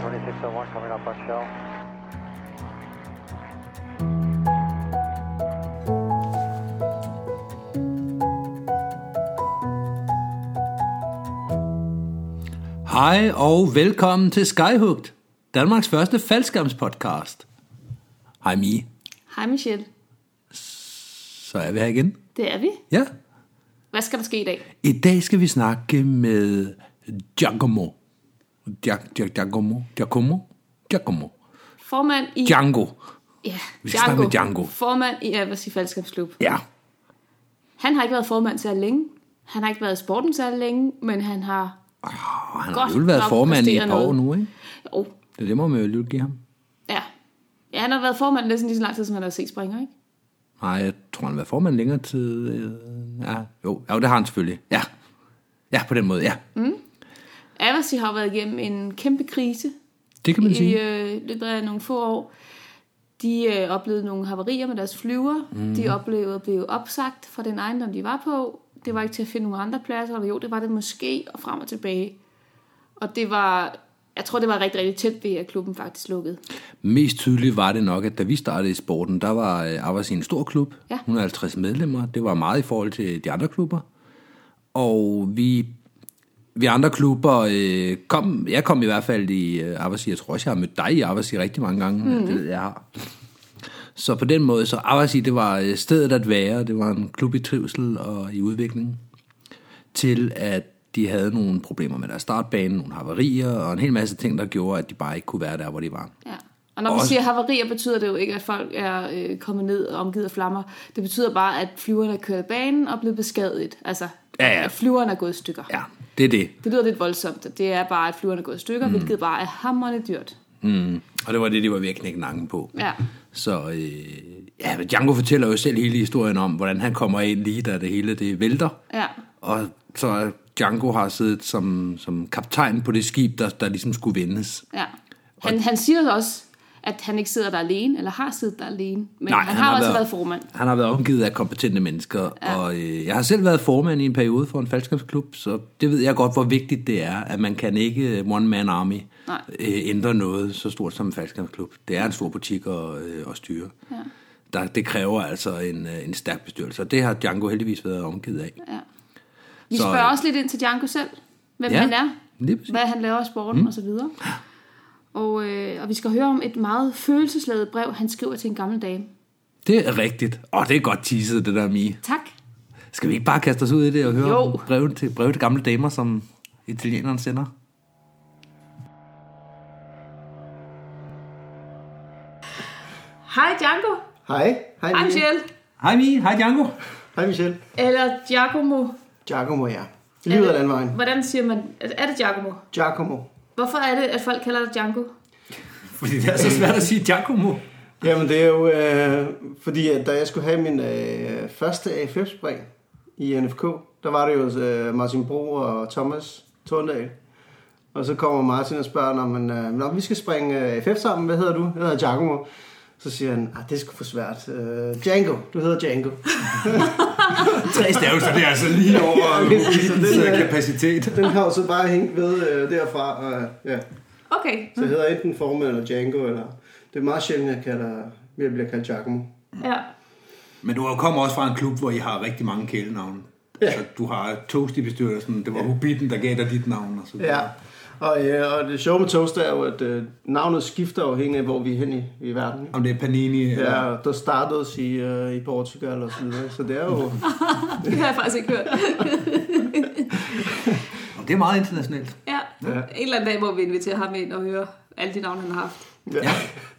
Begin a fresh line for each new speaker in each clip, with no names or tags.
2601 coming up on shell.
Hej og velkommen til Skyhugt, Danmarks første faldskærmspodcast. Hej Mie,
Hej Michelle.
så er vi her igen.
Det er vi.
Ja.
Hvad skal der ske i dag?
I dag skal vi snakke med Giacomo. Gia- Gia- Giacomo? Giacomo? Giacomo.
Formand i...
Django.
Ja,
Vi skal snakke med Django.
Formand i Avasi Falskabsklub.
Ja.
Han har ikke været formand særlig længe. Han har ikke været i sporten særlig længe, men han har...
Og Ah, han har
Godt
jo været
nok
formand i et par
præsteret
år
noget.
nu, ikke?
Jo,
Det, det må man jo lige give ham.
ja. Ja, han har været formand næsten lige så lang tid, som han har set springer, ikke?
Nej, jeg tror, han har været formand længere tid. øh, Ja, jo, jo, det har han selvfølgelig. Ja. Ja, på den måde, ja.
Mm. Avasi har jo været igennem en kæmpe krise
Det kan man
i
sige.
øh, løbet af nogle få år. De øh, oplevede nogle havarier med deres flyver.
Mhm.
Mm. De oplevede at blive opsagt fra den ejendom, de var på. Det var ikke til at finde nogle andre pladser, eller jo, det var det måske, og frem og tilbage. Og det var, jeg tror, det var rigtig, rigtig tæt ved, at klubben faktisk lukkede.
Mest tydeligt var det nok, at da vi startede i sporten, der var Avas en stor klub,
Ja.
150 medlemmer. Det var meget i forhold til de andre klubber. Og vi, vi andre klubber øh, kom, jeg kom i hvert fald i øh, Avasi, jeg tror også, jeg har mødt dig i Avasi rigtig mange gange, mm. det ved jeg jeg har. Så på den måde, så Avasi, det var øh, stedet at være, det var en klub i trivsel og i udvikling, til at de havde nogle problemer med deres startbane, nogle havarier og en hel masse ting, der gjorde, at de bare ikke kunne være der, hvor de var.
Ja. Og når vi
Også-
siger havarier, betyder det jo ikke, at folk er øh, kommet ned og omgivet af flammer. Det betyder bare, at flyverne er kørt af banen og blevet beskadiget. Altså,
Ja, ja.
at flyverne er gået i stykker.
Ja, det er det.
Det lyder lidt voldsomt. Det er bare, at flyverne er gået i stykker,
Mhm.
mm. hvilket bare er hammerende dyrt.
Mm. Og det var det, de var ved at knække nakken på.
Ja.
Så øh, ja, men Django fortæller jo selv hele historien om, hvordan han kommer ind lige da det hele det vælter.
Ja.
Og så Django har siddet som, som kaptajn på det skib, der, der ligesom skulle vendes.
Ja. Han, han siger jo også, at han ikke sidder der alene, eller har siddet der alene, men han, har, også været, formand.
Han har været omgivet af kompetente mennesker, ja. og øh, jeg har selv været formand i en periode for en faldskabsklub, så det ved jeg godt, hvor vigtigt det er, at man kan ikke øh, one-man army
Nej.
øh, ændre noget så stort som en faldskabsklub. Det er en stor butik at, øh, at styre. Ja. Der, det kræver altså en, øh, en stærk bestyrelse, og det har Django heldigvis været omgivet af.
Ja. Vi
Så,
spørger
øh,
også lidt ind til Django selv, hvem
Ja,
han er,
lige præcis.
hvad han laver i sporten mm. og så videre. Og, øh, og vi skal høre om et meget følelsesladet brev, han skriver til en gammel dame.
Det er rigtigt. Åh, det er godt teaset, det der, Mie.
Tak.
Skal vi ikke bare kaste os ud i det og høre
Jo.
om brevet til, brevet til gamle damer, som italieneren sender?
Hej Django.
Hej. Hej,
Hej
Michel.
Michelle.
Hej Mie, hej Django.
Hej Michelle.
Eller Giacomo.
Giacomo, ja. Livet af landvejen.
Hvordan siger man? Er det Giacomo?
Giacomo.
Hvorfor er det, at folk kalder dig Django?
Fordi det er så svært at sige Giacomo.
Jamen det er jo, øh, fordi at da jeg skulle have min øh, første AFF-spring i NFK, der var det jo øh, Martin Bro og Thomas Thorndal. Og så kommer Martin og spørger, når man, øh, "Nå, vi skal springe øh, AFF sammen, hvad hedder du? Jeg hedder Giacomo. Så siger han, at det er sgu for svært. Øh, Django, du hedder Django.
Tre stavelser, det er altså lige over
elitens, øh,
kapacitet.
Den har jo så bare hængt ved øh, derfra. Og, ja.
Okay.
Så jeg hedder enten Formel eller Django, eller... Det er meget sjældent, jeg, kalder, jeg bliver kaldt Giacomo.
Ja.
Men du kommer også fra en klub, hvor I har rigtig mange kælenavne. Ja.
Ja.
Så du har Toast i bestyrelsen, det var Hobbiten, der gav dig dit navn. Og så videre.
Ja, og, øh, og det sjove med Toast er jo, at øh, navnet skifter afhængig af, hvor vi er hen i, i verden. ikke?
Om det er Panini eller...
Ja, der startede i, øh, i Portugal og så videre, så det er jo...
Det har jeg faktisk ikke hørt.
Det er meget internationalt.
Ja.
Ja.
En eller anden dag må vi invitere ham ind og høre alle de navne, han har haft.
Ja.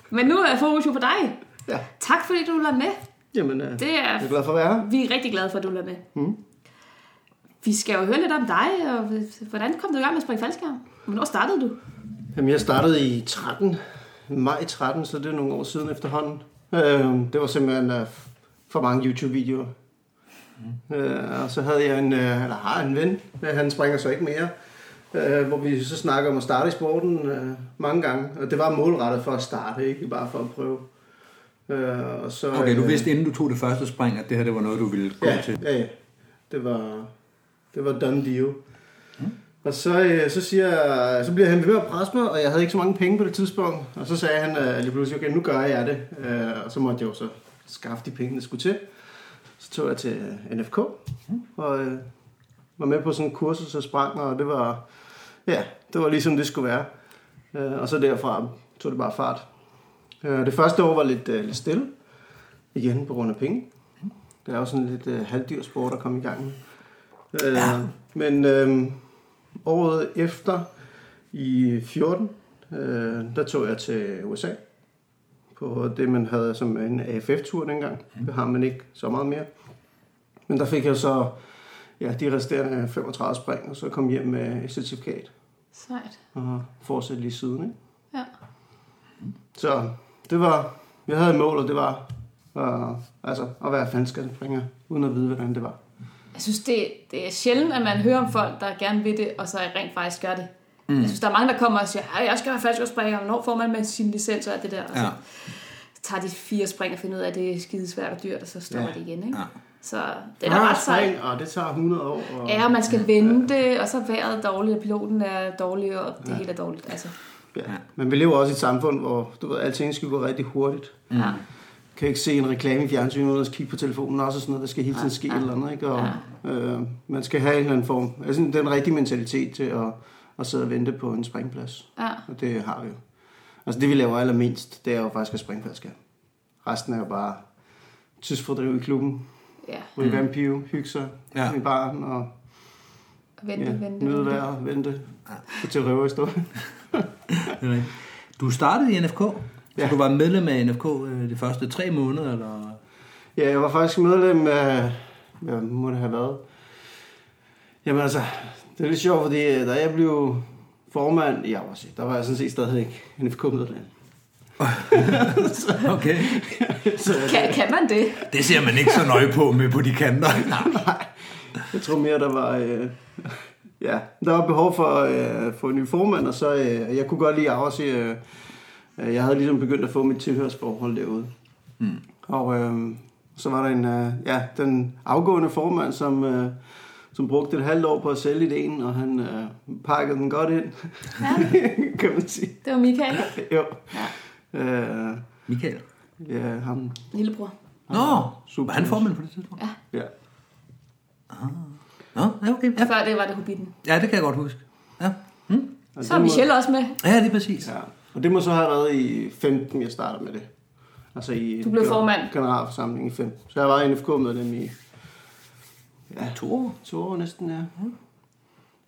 Men nu er fokus jo på dig.
ja.
Tak fordi du lader med.
Jamen, øh,
Det er,
jeg er glad for at være her.
vi er rigtig glade for, at du lader med. Mm. Vi skal jo høre lidt om dig, og hvordan kom du i gang med at springe faldskærm? Hvornår startede du?
Jamen, jeg startede i 13, maj 13, så det er nogle år siden efterhånden. Øh, det var simpelthen øh, for mange YouTube-videoer.
Mm.
Øh, og så havde jeg en, øh, eller har en ven, men han springer så ikke mere, øh, hvor vi så snakker om at starte i sporten øh, mange gange. Og det var målrettet for at starte, ikke bare for at prøve. Øh, og så,
Okay, du
øh,
vidste inden du tog det første spring, at det her det var noget, du ville gå
ja,
til.
ja, ja. Det var, det var done deal. Og så, øh, så, siger, jeg- så bliver han ved med at presse mig, og jeg havde ikke så mange penge på det tidspunkt. Og så sagde han øh, lige pludselig, okay, nu gør jeg det. Øh, og så måtte jeg jo så skaffe de penge, der skulle til. Så tog jeg til øh, NFK, og øh, var med på sådan en kursus og sprang, og det var, ja, det var ligesom det skulle være. Øh, og så derfra tog det bare fart. Øh, det første år var lidt, øh, lidt stille, igen på grund af penge. Det er jo sådan lidt øh, halvdyr sport at komme i gang med. Øh, ja. Men øh, året efter, i 14, øh, der tog jeg til USA på det, man havde som en AFF-tur dengang. Det har man ikke så meget mere. Men der fik jeg så ja, de resterende 35 spring, og så kom hjem med et certifikat
Sejt.
og har fortsat lige siden. Ikke?
Ja.
Så det var, jeg havde et mål, og det var øh, altså, at være fanskabspringer, uden at vide, hvordan det var.
Jeg synes, det, det er sjældent, at man hører om folk, der gerne vil det, og så rent faktisk gør det. Mm. Jeg synes, der er mange, der kommer og siger, at jeg skal være faldskabsspringer, og hvornår får man med sin licens og alt det der. Og
Ja.
så tager de fire spring og finder ud af, at det er skidesvært og dyrt, og så stopper
Ja.
ja. det igen. Ikke?
Ja.
Så det er da
Ah,
ret sejt.
spring, og det tager 100 år. Og...
Ja, og man skal vente, og så er vejret dårligt, og piloten er dårlig, og det hele er dårligt. Altså,
Ja. Men vi lever også i et samfund, hvor du ved, alting skal gå rigtig hurtigt.
ja.
Kan ikke se en reklame i fjernsynet, uden at kigge på telefonen også, og sådan noget. Der skal hele
Ah,
tiden ske et eller andet, ikke? Og, øh, man skal have en eller anden form. Altså den rigtige mentalitet til at, at sidde og vente på en springplads.
Ja.
Og det har vi jo. Altså det, vi laver allermindst, det er jo faktisk at springfaldskab. Resten er jo bare tidsfordriv i klubben.
ja.
Ryge mm. pive, hygge sig
Ja.
ja. i baren og
Og vente,
ja,
vente,
nyde
vente.
vejret, vente. Ja. Til røver i stå.
Du startede i NFK, så
Ja.
du var medlem af NFK øh, de første tre måneder, eller?
Ja, jeg var faktisk medlem af... Hvad må det have været? Jamen altså, det er lidt sjovt, fordi øh, da jeg blev formand i Aarhus, der var jeg sådan set stadig ikke NFK-medlem.
Okay.
Så
Kan, kan man det?
Det ser man ikke så nøje på med på de kanter.
jeg tror mere, der var... Øh, ja, der var behov for, øh, for en ny formand, og så... Øh, jeg kunne godt lide Aarhus. Øh, øh, jeg havde ligesom begyndt at få mit tilhørsforhold derude. Mm. Og øh, så var der en, øh, ja, den afgående formand, som, øh, som brugte et halvt år på at sælge ideen, og han øh, pakkede den godt ind, kan man sige.
Det var Michael, ikke?
Jo.
Ja.
Øh,
Michael.
ja, ham.
lillebror.
Nå, var han formand på det tidspunkt?
Ja.
Ja.
Nå, ja, okay. Ja.
Før det var det Hobbiten.
ja, det kan jeg godt huske. Ja, mm.
Og
Så er
det må-
Michelle også med.
ja lige præcis.
Ja. Og det må så have været i 15, jeg startede med det. Altså i
Du blev
gen-
formand.
Generalforsamling i 5. Så jeg var NFK-medlem i
Ja. To år.
to år næsten, ja. Kan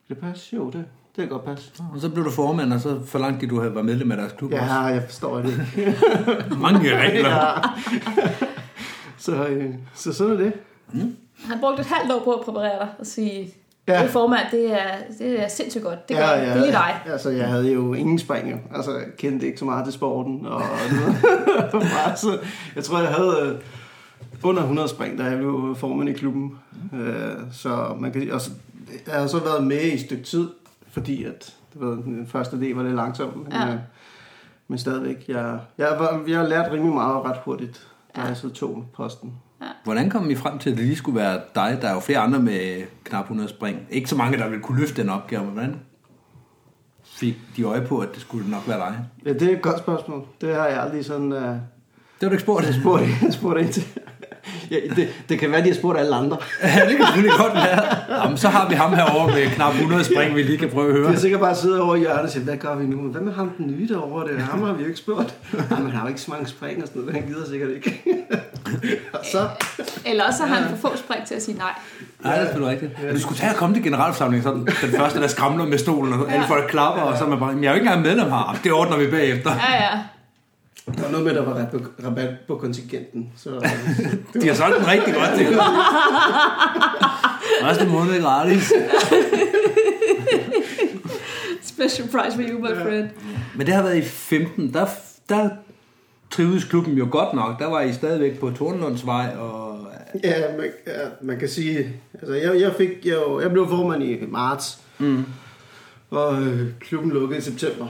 det passe? Jo, det, det kan godt passe.
Og så blev du formand, og så forlangte de, at du havde- var medlem af deres klub
Ja,
også.
jeg forstår det ikke.
Mange regler.
så, øh, så sådan er det.
Han brugte et halvt år på at præparere dig og sige,
Ja.
ja. det formand, det er, det er sindssygt godt. Det, gør,
ja,
ja,
ja,
det er lige dig.
Altså, jeg havde jo ingen spring, jo. Altså, jeg kendte ikke så meget til sporten. Og, og bare så, jeg tror, jeg havde øh, under 100 spring, da jeg blev formand i klubben. Øh, så man kan, og så, jeg har så været med i et stykke tid, fordi at, du ved, den første del var lidt langsom. Men,
Ja.
øh, men stadigvæk, jeg, jeg, var, jeg har lært rimelig meget ret hurtigt, da jeg så tog posten.
Hvordan kom I frem til, at det lige skulle være dig? Der er jo flere andre med knap 100 spring. Ikke så mange, der ville kunne løfte den opgave, men hvordan fik de øje på, at det skulle nok være dig?
Ja, det er et godt spørgsmål. Det har jeg aldrig sådan... Øh,
Det var du ikke spurgt.
jeg spurgt, jeg spurgt ind til. Ja, det, det kan være, de har spurgt alle andre.
ja, det kan selvfølgelig godt være. Jamen, så har vi ham herovre med knap 100 spring, vi lige kan prøve at
De
høre.
har sikkert bare siddet over i hjørnet og siger, hvad gør vi nu? Hvad med ham den nye derovre? Det er ham har vi jo ikke spurgt. Nej, men han har jo ikke så mange spring og sådan noget. Han gider sikkert ikke. og så,
Eller også har han for få spring til at sige nej.
Nej, det er selvfølgelig rigtigt. Men Du skulle tage og komme til generalforsamlingen, sådan den første, der skramler med stolen, og alle folk klapper, og så er man bare, "Jamen, jeg er jo ikke engang medlem her. Jamen, Det ordner vi bagefter.
Ja, ja.
der var noget med, at der var rabat på, rabat på kontingenten. Så,
De har solgt den rigtig godt til dig. Første måned er gratis.
Special prize for you, my friend.
Men det har været i 15, der, der trivedes klubben jo godt nok. Der var I stadigvæk på Tornlundsvej, og
ja, man, ja, man kan sige... Altså, jeg, jeg, fik, jeg, jo- jeg blev formand i marts. Mm. Og øh, klubben lukkede i september.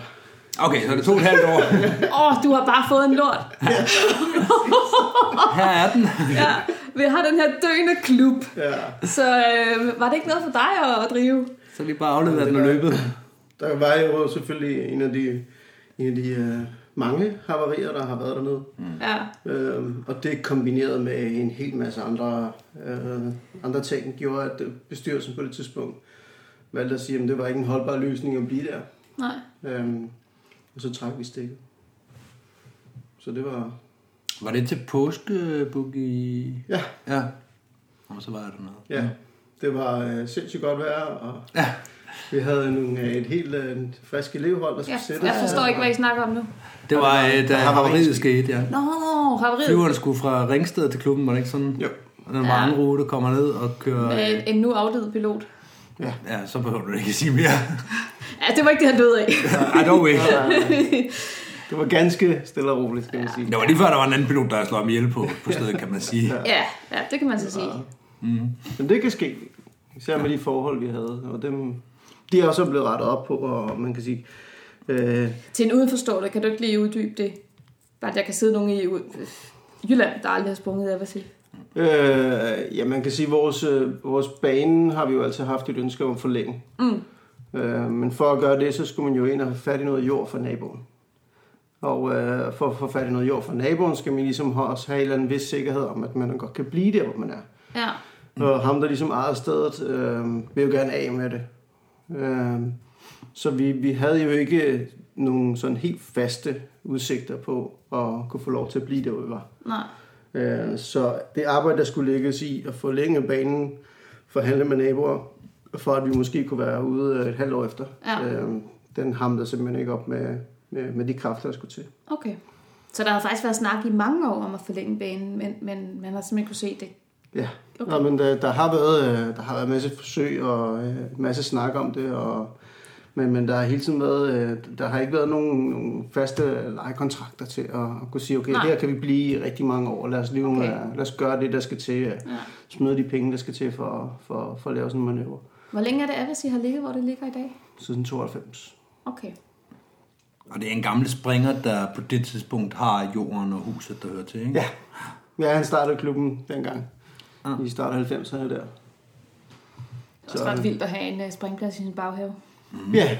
okay, så er det to og et halvt år.
Åh, oh, du har bare fået en lort.
Her er den.
Ja, vi har den her døende klub.
Ja.
Så øh, var det ikke noget for dig at, at drive?
Så vi bare afleder den
det
og
var-
løbet.
Der var jo selvfølgelig en af de, en af de øh, mange havarier, der har været dernede.
Ja.
Øhm, og det kombineret med en hel masse andre, øh, andre ting, gjorde, at øh, bestyrelsen på det tidspunkt valgte at sige, at det var ikke en holdbar løsning at blive der.
Nej.
Øhm, og så trak vi stikket. Så det var...
Var det til påske, Boogie?
Ja,
Ja. Og så var der noget.
ja. Det var øh, sindssygt godt vejr, og
Ja.
vi havde nogle, øh, et helt øh, frisk elevhold, der skulle
Ja,
sætte
jeg forstår ikke, hvad I snakker om nu.
Det var, øh, da
havariet
havariet skete, ja.
Nå, haveriet.
Flyveren skulle fra Ringsted til klubben, var det ikke sådan?
Jo.
Og den var
Ja.
anden rute, kommer ned og kører...
Med en nu afdød pilot.
Ja, så behøver du ikke at sige mere.
Ja, det var ikke det, han døde af.
I don't wait.
Det var ganske stille og roligt, skal man sige.
Det var lige før, der var en anden pilot, der slog ham ihjel på, på stedet, kan man sige.
ja, ja, det kan man så sige.
Men det kan ske, især med de forhold, vi havde. Og dem, de er også blevet rettet op på, og man kan sige, øh,
Til en udenforstående, kan du ikke lige uddybe det? Bare, at der kan sidde nogen i øh, Jylland, der aldrig har sprunget af, hvad siger
øh, ja, man kan sige, vores, øh, vores bane har vi jo altid haft et ønske om at forlænge.
Mm.
Øh, men for at gøre det, så skulle man jo ind og have fat i noget jord fra naboen. Og øh, for at få fat i noget jord fra naboen, skal man ligesom også have en eller anden vis sikkerhed om, at man godt kan blive der, hvor man er.
Ja,
Mm. Og ham, der ligesom ejede stedet, øh, vil jo gerne af med det. Øh, så vi, vi havde jo ikke nogle sådan helt faste udsigter på at kunne få lov til at blive der, hvor vi var.
nej.
Øh, så det arbejde, der skulle lægges i at forlænge banen, forhandle med naboer, for at vi måske kunne være ude øh, et halvt år efter,
Ja.
øh, den hamlede simpelthen ikke op med, med, med de kræfter, der skulle til.
Okay. Så der har faktisk været snak i mange år om at forlænge banen, men, men man har simpelthen kunne se det.
Ja,
Okay.
okay. Nå, men der, der, har været, øh, der har været masse forsøg og øh, masse snak om det, og, men, men der har hele tiden været, øh, der har ikke været nogen, nogen faste lejekontrakter til at, at kunne sige, okay,
Nej.
Nej. her kan vi blive i rigtig mange år, lad os, lige,
Okay.
okay. lad os gøre det, der skal til, ja. smide de penge, der skal til for, for, for at lave sådan en manøvre.
Hvor længe er det, Abbasi har ligget, hvor det ligger i dag?
Siden 92.
Okay.
Og det er en gammel springer, der på det tidspunkt har jorden og huset, der hører til, ikke?
Ja. ja, han startede klubben dengang. I starten af 90'erne der.
Det er også ret vildt at have en øh, springplads i sin baghave.
Mm. Ja.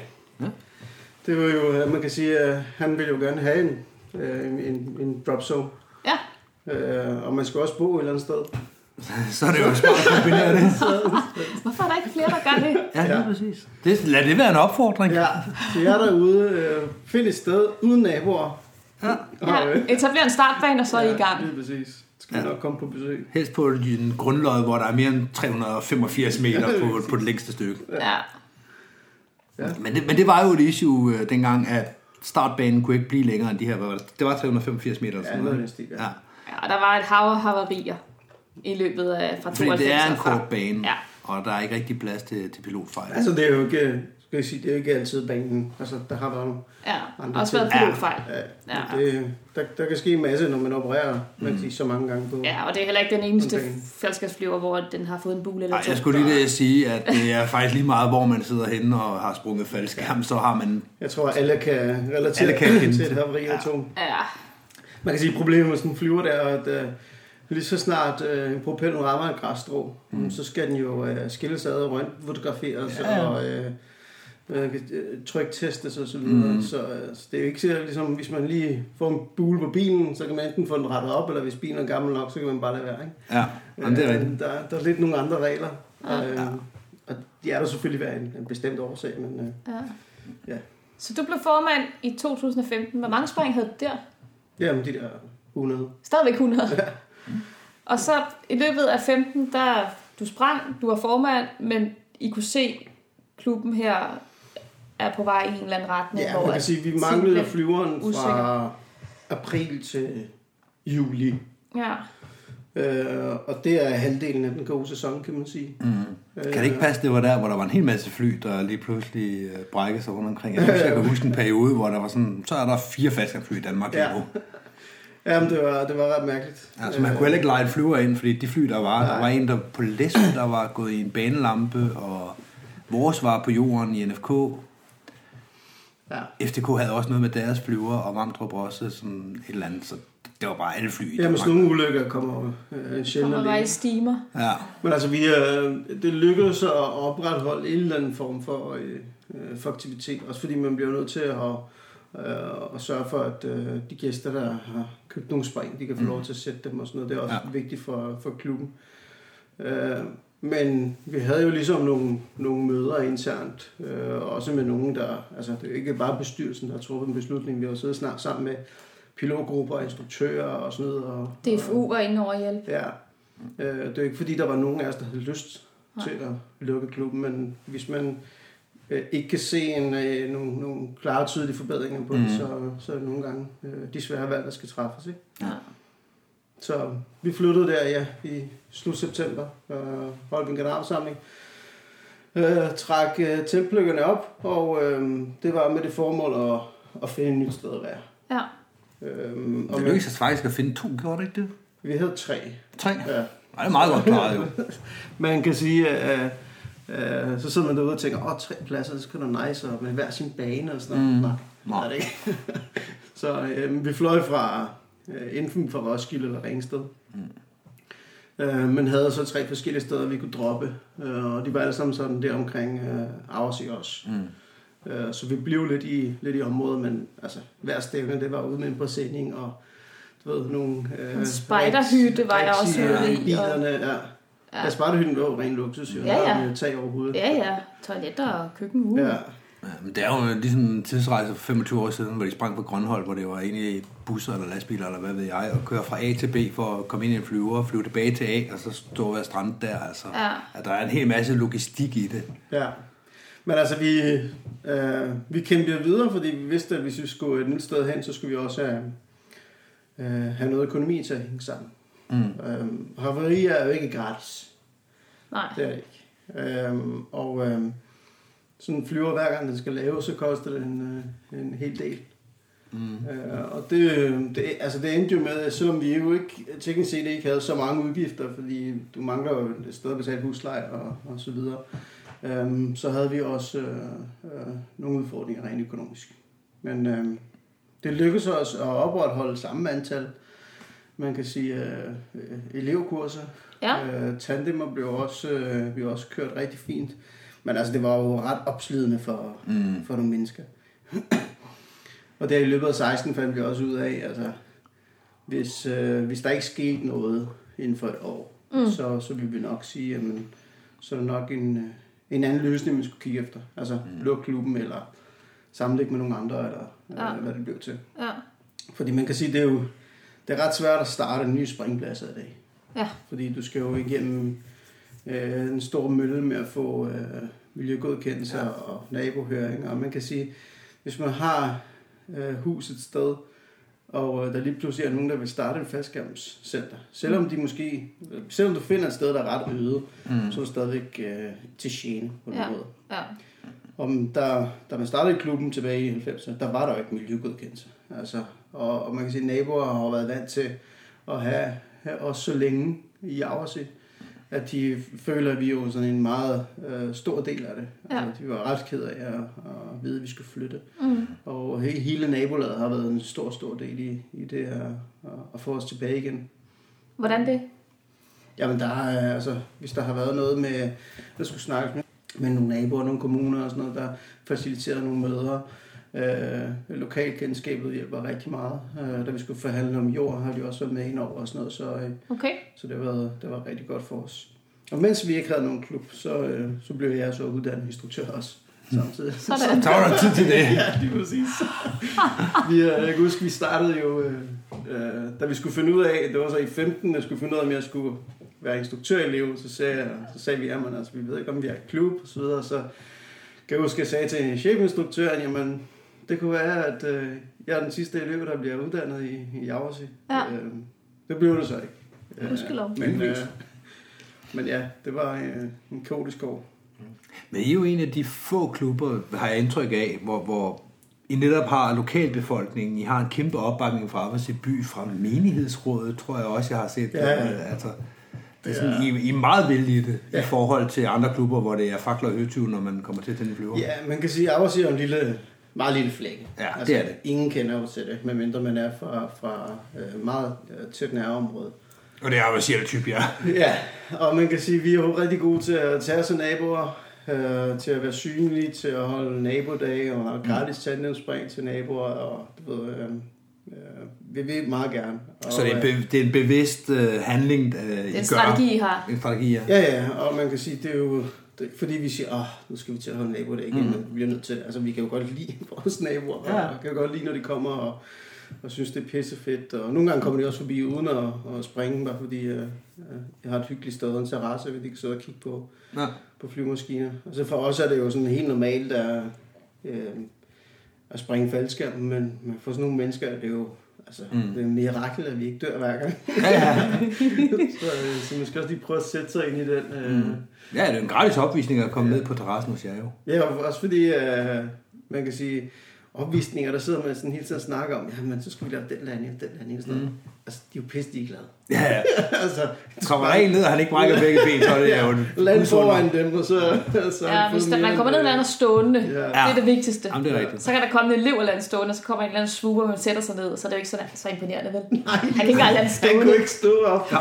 Det var jo, øh, man kan sige, at han ville jo gerne have en, øh, en, en drop zone.
Ja,
Øh, og man skal også bo et eller andet sted.
Så er det jo smart at kombinere det.
hvorfor er der ikke flere, der gør det?
Ja, lige præcis. Det, lad det være en opfordring.
Ja, så jeg er derude. Øh, find et sted uden naboer.
Ja.
Og, øh,
Ja, etabler en startbane, og så er I i gang.
Lige præcis. Så Skal vi nok komme på besøg.
Helst på en grundløg, hvor der er mere end 385 meter på, på det længste stykke.
Ja,
Men det, men det var jo et issue øh, dengang, at startbanen kunne ikke blive længere end de her. hvad var det? Det var 385 meter eller sådan
noget i
noget.
den stil,
ikke?
ja.
ja.
ja og der var et hav af havarier i løbet af fra 92.
Fordi det er en
og frem.
kort bane,
Ja.
og der er ikke rigtig plads til, til pilotfejl.
Altså, det er jo ikke, skal jeg sige, det er jo ikke altid banen. Altså, der har været nogle
Ja,
Andre
også været
ting.
pilotfejl.
Ja,
Ja.
ja. Det, der, der kan ske en masse, når man opererer man kan sige, så mange gange på.
Ja, og det er heller ikke den eneste
Okay.
faldskabsflyver, hvor den har fået en bule eller
Ej,
to.
jeg skulle lige ved at sige, at det er faktisk lige meget, hvor man sidder henne og har sprunget faldskærm, så har man...
Jeg tror, at alle kan relatere
Alle kan kende
til
det.
et havari ja. atom.
Ja,
Man kan sige, at problemet med sådan en flyver der, er, at uh, lige så snart uh, en propel rammer et græsstrå, mm. så skal den jo uh, skilles ad og røntgenfotograferes ja, ja. og uh, uh, tryktestes og så videre. Mm. Så, uh, så det er jo ikke så, ligesom, hvis man lige får en bule på bilen, så kan man enten få den rettet op, eller hvis bilen er gammel nok, så kan man bare lade være. Ikke?
Ja, jamen, det er
Øh,
rigtigt.
Der, der er lidt nogle andre regler. Ja. Øh, og de er der selvfølgelig hver en, en bestemt årsag, men øh,
ja.
ja.
Så du blev formand i 2015. Hvor mange spring havde du der?
ja, men de der 100.
Stadigvæk 100. og så i løbet af 15, der du sprang, du var formand, men I kunne se, klubben her er på vej i en eller anden retning.
Ja, man
at
kan sige, vi
tiden
manglede
blev-
flyveren
usikker.
fra april til juli.
Ja,
Øh, og det er halvdelen af den gode sæson, kan man sige.
Mm. Kan det ikke passe, det var der, hvor der var en hel masse fly, der lige pludselig øh, brækkede sig rundt omkring? Jeg synes, jeg kan huske en periode, hvor der var sådan, så er der fire faldskærmfly i Danmark lige
Ja.
nu.
Jamen, det var, det var ret mærkeligt.
Altså, man kunne heller ikke lege et flyver ind, fordi de fly, der var, der var en, der på Læsø, der var gået i en banelampe, og vores var på jorden i NFK.
Ja. Øh,
FDK havde også noget med deres flyver, og Vamdrup også sådan et eller andet, så det var bare alle fly i
Jamen,
Danmark.
sådan nogle ulykker kommer øh, sjældent
Kommer bare i
alene.
stimer.
Ja,
Men altså, vi, øh, det lykkedes at opretholde en eller anden form for, øh, øh, for aktivitet, også fordi man bliver nødt til at, øh, at sørge for, at øh, de gæster, der har købt nogle spring, de kan få lov til at sætte dem og sådan noget. Det er også ja. vigtigt for, for klubben. Øh, men vi havde jo ligesom nogle, nogle møder internt, øh, også med nogen, der... Altså, det er jo ikke bare bestyrelsen, der har truffet en beslutning. Vi har jo siddet snart sammen med pilotgrupper, instruktører og sådan noget. Og,
DFU var inde over at hjælpe.
Ja. Øh, det er jo ikke fordi, der var nogen af os, der havde lyst Nej. til at lukke klubben, men hvis man øh, ikke kan se en, øh, nogle, nogle klare og tydelige forbedringer på mm. det, så, så er det nogle gange øh, de svære valg, der skal træffes. Ikke?
Ja.
Så vi flyttede der ja, i slut september, øh, holdt vi en generalsamling, øh, trak øh, teltpløkkerne op, og øh, det var med det formål at, at finde et nyt sted at
ja.
være. Øh, og
det lykkedes os faktisk at finde to, gjorde det ikke det?
vi havde tre.
Tre?
Ja.
Nej, det er meget godt klaret jo.
Man kan sige, at øh, øh, så sidder man derude og tænker, åh, tre pladser, det skal da nice, og med hver sin bane og sådan noget. Mm. Nej,
Nej.
Nej. Er det ikke. så øh, vi fløj fra øh, enten fra Roskilde eller Ringsted. Mm. Øh, men havde så tre forskellige steder, vi kunne droppe, øh, og de var alle sammen sådan der omkring øh, Aarhus i os. Mm. Øh, så vi blev lidt i, lidt i området, men altså, hver stævne, det var ude med en præsending, og du ved, nogle... Øh,
En spejderhytte var jeg også
rigtige-
ude i, og-
Bilerne, ja. Ja. Spartehytten var jo ren luksus, jo.
Ja, ja.
Der var jo tag over hovedet.
Ja, ja. Toiletter og køkken. Uh.
ja.
Ja, men det er jo ligesom en tidsrejse for 25 år siden, hvor de sprang på Grønhold, hvor det var egentlig busser eller lastbiler, eller hvad ved jeg, og køre fra A til B for at komme ind i en flyver, og flyve tilbage til A, og så stå ved strand der. Altså,
Ja.
at der er en hel masse logistik i det.
ja. Men altså, vi, øh, vi kæmpede videre, fordi vi vidste, at hvis vi skulle et nyt sted hen, så skulle vi også have, øh, have noget økonomi til at hænge sammen. Mm. Øhm, haveri er jo ikke gratis.
Nej.
Det er det ikke. Øhm, og øhm, sådan en flyver, hver gang den skal lave, så koster det en, øh, en hel del. Mm. Øh, og det, øh, det, altså det endte jo med, at selvom vi jo ikke teknisk set ikke havde så mange udgifter, fordi du mangler jo et sted at betale husleje og, og så videre, øhm, så havde vi også øh, øh, nogle udfordringer rent økonomisk. Men øh, det lykkedes os at opretholde samme antal, man kan sige, øh, øh, elevkurser.
Ja.
Øh, tandemer blev også, øh, blev også kørt rigtig fint. Men altså, det var jo ret opslidende for, mm. for nogle mennesker. Og der i løbet af 16 fandt vi også ud af, altså, hvis, øh, hvis der ikke skete noget inden for et år, mm. så, så ville vi nok sige, jamen, så er der nok en, øh, en anden løsning, man skulle kigge efter. Altså, mm. lukke klubben, eller sammenlægge med nogle andre, eller ja.
Ja.
øh, hvad det blev til.
Ja.
Fordi man kan sige, det er jo det er ret svært at starte en ny springplads i dag.
Ja.
Fordi du skal jo igennem øh, en stor mølle med at få øh, miljøgodkendelser ja. og nabohøringer. Og man kan sige, hvis man har øh, hus et sted, og øh, der lige pludselig er nogen, der vil starte et fastskærmscenter. Selvom de måske, øh, selvom du finder et sted, der er ret øde, mm. så er du stadigvæk øh, til gene på den
Ja.
måde.
Ja.
Om der, da man startede klubben tilbage i 90'erne, der var der jo ikke miljøgodkendelse. Altså, og, og man kan sige, at naboer har jo været vant til at have, have os så længe i Aarhuset, at de føler, at vi er jo sådan en meget øh, stor del af det.
Ja.
Altså, de var ret ked af at, at vide, at vi skulle flytte. Mm. Og hele, hele nabolaget har været en stor, stor del i, i det her, at, at få os tilbage igen.
Hvordan det?
Jamen, der er, altså, hvis der har været noget med, der skulle snakkes med, med nogle naboer, nogle kommuner og sådan noget, der faciliterede nogle møder. Øh, lokalkendskabet hjælper rigtig meget. Øh, da vi skulle forhandle om jord, har de også været med indover og sådan noget, så, øh,
Okay.
så det, var, det var rigtig godt for os. Og mens vi ikke havde nogen klub, så, øh, så blev jeg så uddannet instruktør også samtidig.
Sådan.
Så var der tid til det.
Ja, lige præcis. vi, øh, jeg kan huske, vi startede jo, øh, øh, da vi skulle finde ud af, det var så i 15, jeg skulle finde ud af, om jeg skulle være instruktørelev, så sagde, jeg, så sagde vi, jamen altså, vi ved ikke, om vi er et klub, og så videre, så kan jeg huske, jeg sagde til chefinstruktøren, jamen, det kunne være, at øh, jeg er den sidste elev, der bliver uddannet i, i Aarhus.
Ja.
Øh, det blev det så ikke. Øh,
Gudskelov.
Men, øh, men ja, det var øh, en kaotisk år.
Men I er jo en af de få klubber, har jeg indtryk af, hvor, hvor I netop har lokalbefolkningen. I har en kæmpe opbakning fra Abbas by, fra menighedsrådet, tror jeg også, jeg har set.
Ja.
Altså, det er sådan, I, I er meget vilde i det, ja. i forhold til andre klubber, hvor det er fakler og høtyve, når man kommer til at tænde en flyver.
Ja, man kan sige, at Aarhus er jo en lille, meget lille flække.
Ja, det er det.
Ingen kender jo til det, medmindre man er fra, fra øh, meget øh, tæt nærområde.
Og det er jo sjældent type, ja.
Ja, og man kan sige, at vi er jo rigtig gode til at tage os af naboer, øh, til at være synlige, til at holde nabodage
Mm.
og gratis tandemspring til naboer, og du ved, øh, øh, vi vil meget gerne. Og,
Så det er en,
øh,
be- det er en bevidst øh, handling, øh, I
Det er
gør.
en strategi, I har.
En strategi, ja.
Ja, ja, og man kan sige, det er jo... Det, er ikke fordi vi siger, åh, nu skal vi til at holde nabodag igen, mm. vi bliver nødt til det. Altså, vi kan jo godt lide vores naboer, ja. og kan jo godt lide, når de kommer og, og synes, det er pissefedt. Og nogle gange kommer de også forbi uden at, at springe, bare fordi øh, øh, jeg har et hyggeligt sted og en terrasse, hvor de kan sidde og kigge på,
Nå.
på flyvemaskiner. Og så for os er det jo sådan helt normalt at, øh, at springe faldskærm, men men for sådan nogle mennesker er det jo altså, mm. det er en mirakel, at vi ikke dør hver gang. så, øh, så man skal også lige prøve at sætte sig ind i den... Øh, mm.
Ja, det er en gratis opvisning at komme ned på terrassen hos jer jo.
Ja, og også fordi, øh, man kan sige, opvisninger, der sidder man sådan hele tiden og snakker om, jamen, så skulle vi lave den landing, den landing, og sådan
Mm.
noget. Altså, de er jo pisse ligeglade.
Ja, ja.
altså,
Kommer der en ned, og han ikke brækker begge ben, så er det jo en
land
udfordring.
foran dem, og så... så har
Ja,
vi
hvis
fået
der,
mere
man
end,
kommer ned og
øh,
lander stående,
Ja.
det er det vigtigste.
Jamen, det er rigtigt.
Så kan der komme en elev og lande stående, og så kommer en eller anden swooper, og man sætter sig ned, og så er det jo ikke så, så imponerende, vel? Nej, han kan ikke engang lande
Han
stående.
kunne ikke stå op.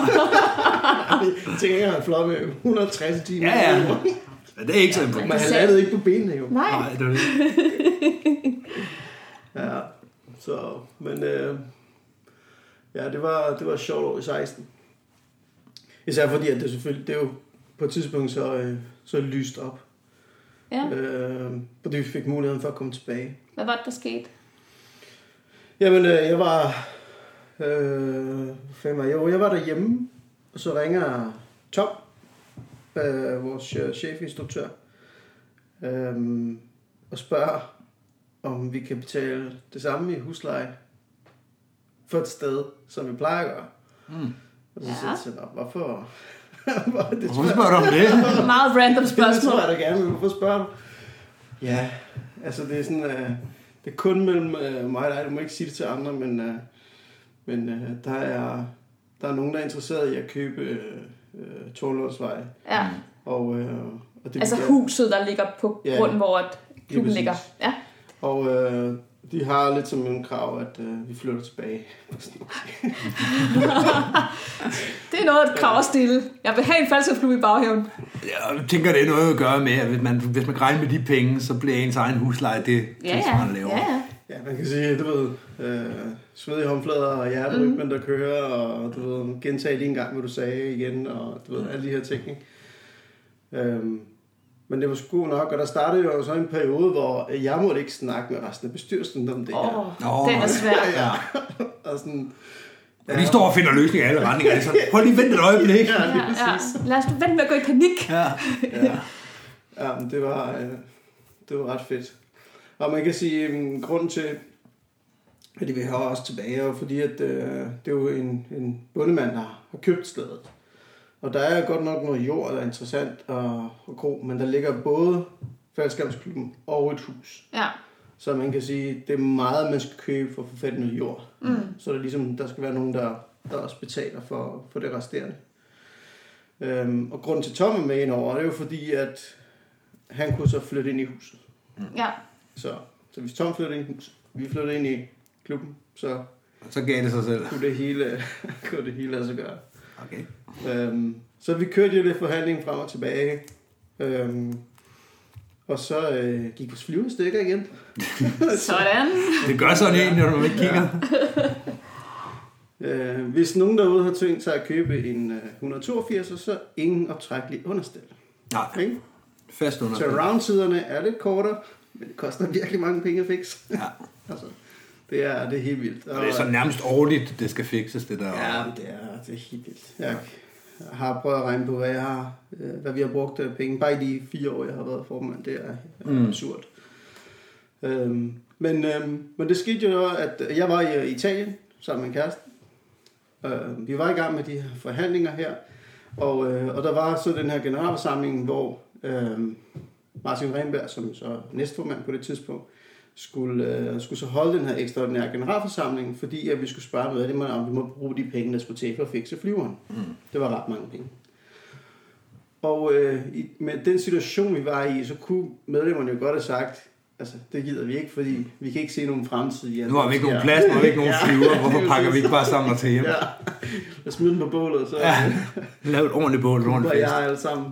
Jeg tænker, jeg har flot med 160 timer.
Ja, ja. Ja, Det er ikke så
Men
imponerende.
han landede ikke på benene, jo.
Nej,
Nej, det er det.
Ja, så, men øh, ja, det var, det var et sjovt år i 16. Især fordi, at det selvfølgelig, det er jo på et tidspunkt så, øh, så lyst op.
ja.
Øh, fordi vi fik muligheden for at komme tilbage.
Hvad var det, der skete?
Jamen, øh, jeg var... Øh, fem år, jo, jeg var derhjemme, og så ringer Tom, øh, vores øh, chefinstruktør, øh, og spørger, om vi kan betale det samme i husleje for et sted, som vi plejer at gøre. Mm. Og så
Ja.
siger jeg til ham, hvorfor? Hvor- det
Hvorfor spørger du om det?
Et meget random
det
spørgsmål.
tror jeg da gerne, men hvorfor spørger du? Ja, altså det er sådan, øh, det er kun mellem øh, mig og dig, du må ikke sige det til andre, men, øh, men øh, der, er, der er nogen, der er interesseret i at købe øh, øh, Torlundsvej.
Ja.
Og, øh, og det
Altså
vil jeg-
huset, der ligger på
Ja.
grunden, hvor at
Lige
klubben
præcis.
ligger. Ja.
Og øh, de har lidt som en krav, at øh, vi flytter tilbage.
Det er noget, et krav at stille. Jeg vil have en faldskabsklub i baghaven.
Jeg tænker, det er noget at gøre med, at hvis man, hvis man kan regne med de penge, så bliver ens egen husleje det,
Ja,
det
ja.
som man laver.
ja, ja.
Ja, man kan sige, du ved, øh, svedige håndflader og hjerterytmen, der kører, og du ved, gentage lige en gang, hvad du sagde igen, og du ved, alle de her ting, ikke? Øhm, men det var sgu nok, og der startede jo så en periode, hvor jeg måtte ikke snakke med resten af bestyrelsen om det
Åh,
her.
Nå,
den er svær.
Ja, og sådan,
Og de står og finder løsninger i alle retninger. Altså, prøv lige at vente et øjeblik.
ja,
Ja, ja. Lad os vente med at gå i panik.
Ja.
Ja, men det var, øh, det var ret fedt. Og man kan sige, um, grunden til, at de vil have os tilbage, er jo fordi, at øh, det er jo en, en bundemand, der har købt stedet. Og der er godt nok noget jord, der er interessant og, og gro, men der ligger både faldskabsklubben og et hus.
Ja.
Så man kan sige, det er meget, man skal købe for at få fat i noget jord. Mm. Så der, er ligesom, der skal være nogen, der, der også betaler for, for det resterende. Øhm, og grunden til at Tom er med ind over, det er jo fordi, at han kunne så flytte ind i huset. Mm.
ja.
Så, så hvis Tom flyttede ind i huset, vi flyttede ind i klubben, så
Så gav det sig selv.
kunne det hele, kunne det hele lade sig gøre.
Okay.
Øhm, så vi kørte jo lidt forhandling frem og tilbage. Øhm, og så øh, gik vores flyve i stykker igen.
Sådan.
Det gør sådan en, når man ikke kigger.
Øh, hvis nogen derude har tænkt sig at købe en øh, 182, så ingen optrækkelig understel.
Nej,
Okay?
fast under.
Surround-siderne er lidt kortere, men det koster virkelig mange penge at fikse.
Ja.
altså, det er, det er helt vildt.
Og det er så nærmest årligt, det skal fikses, det der.
Ja, men det er, det er helt vildt. Jeg har prøvet at regne på, hvad, jeg har, øh, hvad vi har brugt af penge. Bare i de fire år, jeg har været formand. Det er mm. absurd. Øhm, men, øhm, men det skete jo, at jeg var i øh, Italien sammen med en kæreste. Øh, vi var i gang med de her forhandlinger her. Og, øh, og der var så den her generalforsamling, hvor øh, Martin Renberg, som så er næstformand på det tidspunkt, skulle, øh, skulle så holde den her ekstraordinære generalforsamling, fordi at vi skulle spare noget af det, man, om vi må bruge de penge, der skulle til for at fikse flyveren. Mm. Det var ret mange penge. Og øh, i, med den situation, vi var i, så kunne medlemmerne jo godt have sagt, altså, det gider vi ikke, fordi vi kan ikke se nogen fremtid. i alt
Nu har vi ikke
det
nogen
her.
plads, nu har vi ikke nogen
Ja.
flyver. Hvorfor pakker vi ikke bare sammen og til hjem?
Ja, jeg smider den på bålet, så
Ja.
ja.
Lav et ordentligt bål, et
var
ordentligt fest.
jeg alle sammen.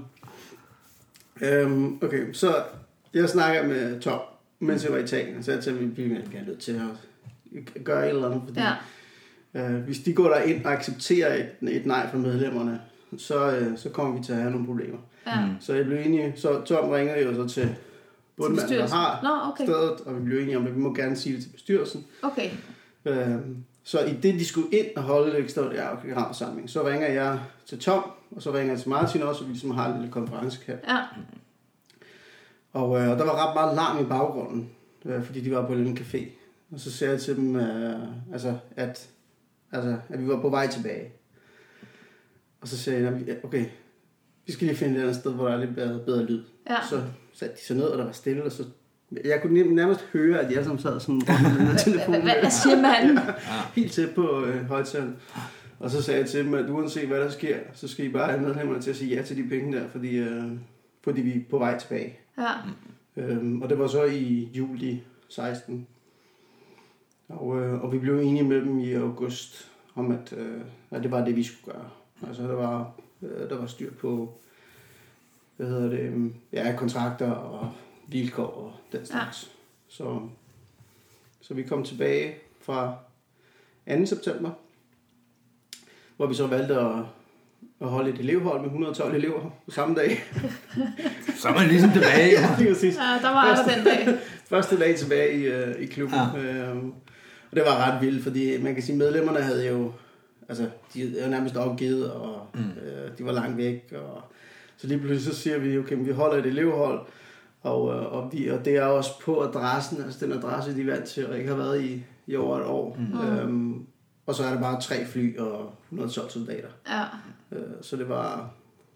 Øhm, okay, så jeg snakker med Tom, mens jeg var i Italien, så jeg tænkte, at vi bliver nødt til at gøre et eller andet, fordi
Ja.
ja. øh, hvis de går derind og accepterer et, et nej fra medlemmerne, så, øh, så kommer vi til at have nogle problemer.
ja. Mm.
Så jeg blev enig, så Tom ringer jo så til bundmanden, der har
Nå, okay.
stedet, og vi blev enige om, at vi må gerne sige det til bestyrelsen.
Okay.
Øhm, så i det, de skulle ind og holde et ekstraordinært generalforsamling, så ringer jeg til Tom, og så ringer jeg til Martin også, så vi ligesom har en lille konference her.
Ja.
Og øh, der var ret meget larm i baggrunden, øh, fordi de var på en lille café. Og så sagde jeg til dem, øh, altså, at, altså, at vi var på vej tilbage. Og så sagde jeg, "Nå, vi- okay, vi skal lige finde et andet sted, hvor der er lidt bedre, bedre lyd.
Ja.
Så satte de sig ned, og der var stille, og så... Jeg kunne nem- nærmest høre, at jeg som sad sådan rundt med den her telefon.
Hvad, hvad siger manden?
Helt tæt på øh, højtalen. Og så sagde jeg til dem, at uanset hvad der sker, så skal I bare have medlemmerne til at sige ja til de penge der, fordi, øh, fordi vi er på vej tilbage.
Ja.
Øhm, og det var så i juli 16. Og, øh, og vi blev enige med dem i august om, at, øh, at det var det, vi skulle gøre. Altså, der var, øh, der var styr på, hvad hedder det, øhm, ja, kontrakter og vilkår og den slags. Ja. Så, så vi kom tilbage fra 2. september, hvor vi så valgte at, at holde et elevhold med 112 elever på samme dag.
Så er man ligesom tilbage.
Ja, lige præcis.
ja, der var jeg der den dag.
Første dag tilbage i, øh, i klubben.
Ja.
Ja. Øh, og det var ret vildt, fordi man kan sige, medlemmerne havde jo, altså, de havde jo nærmest opgivet, og mm. øh, de var langt væk. Og, så lige pludselig så siger vi, okay, men vi holder et elevhold, og, øh, og, de, og det er også på adressen, altså den adresse, de er vant til, og ikke har været i, i over et år. Mm. Øhm, og så er der bare tre fly og 112 soldater.
Ja.
Øh, så det var,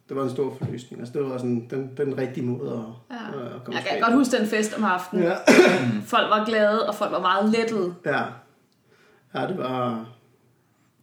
det var en stor forløsning. Altså, det var sådan den, den rigtige måde at,
Ja.
øh, at komme
Jeg kan
tilbage
godt
på.
huske den fest om aftenen.
Ja.
Folk var glade, og folk var meget lettede.
Ja. Ja, det var...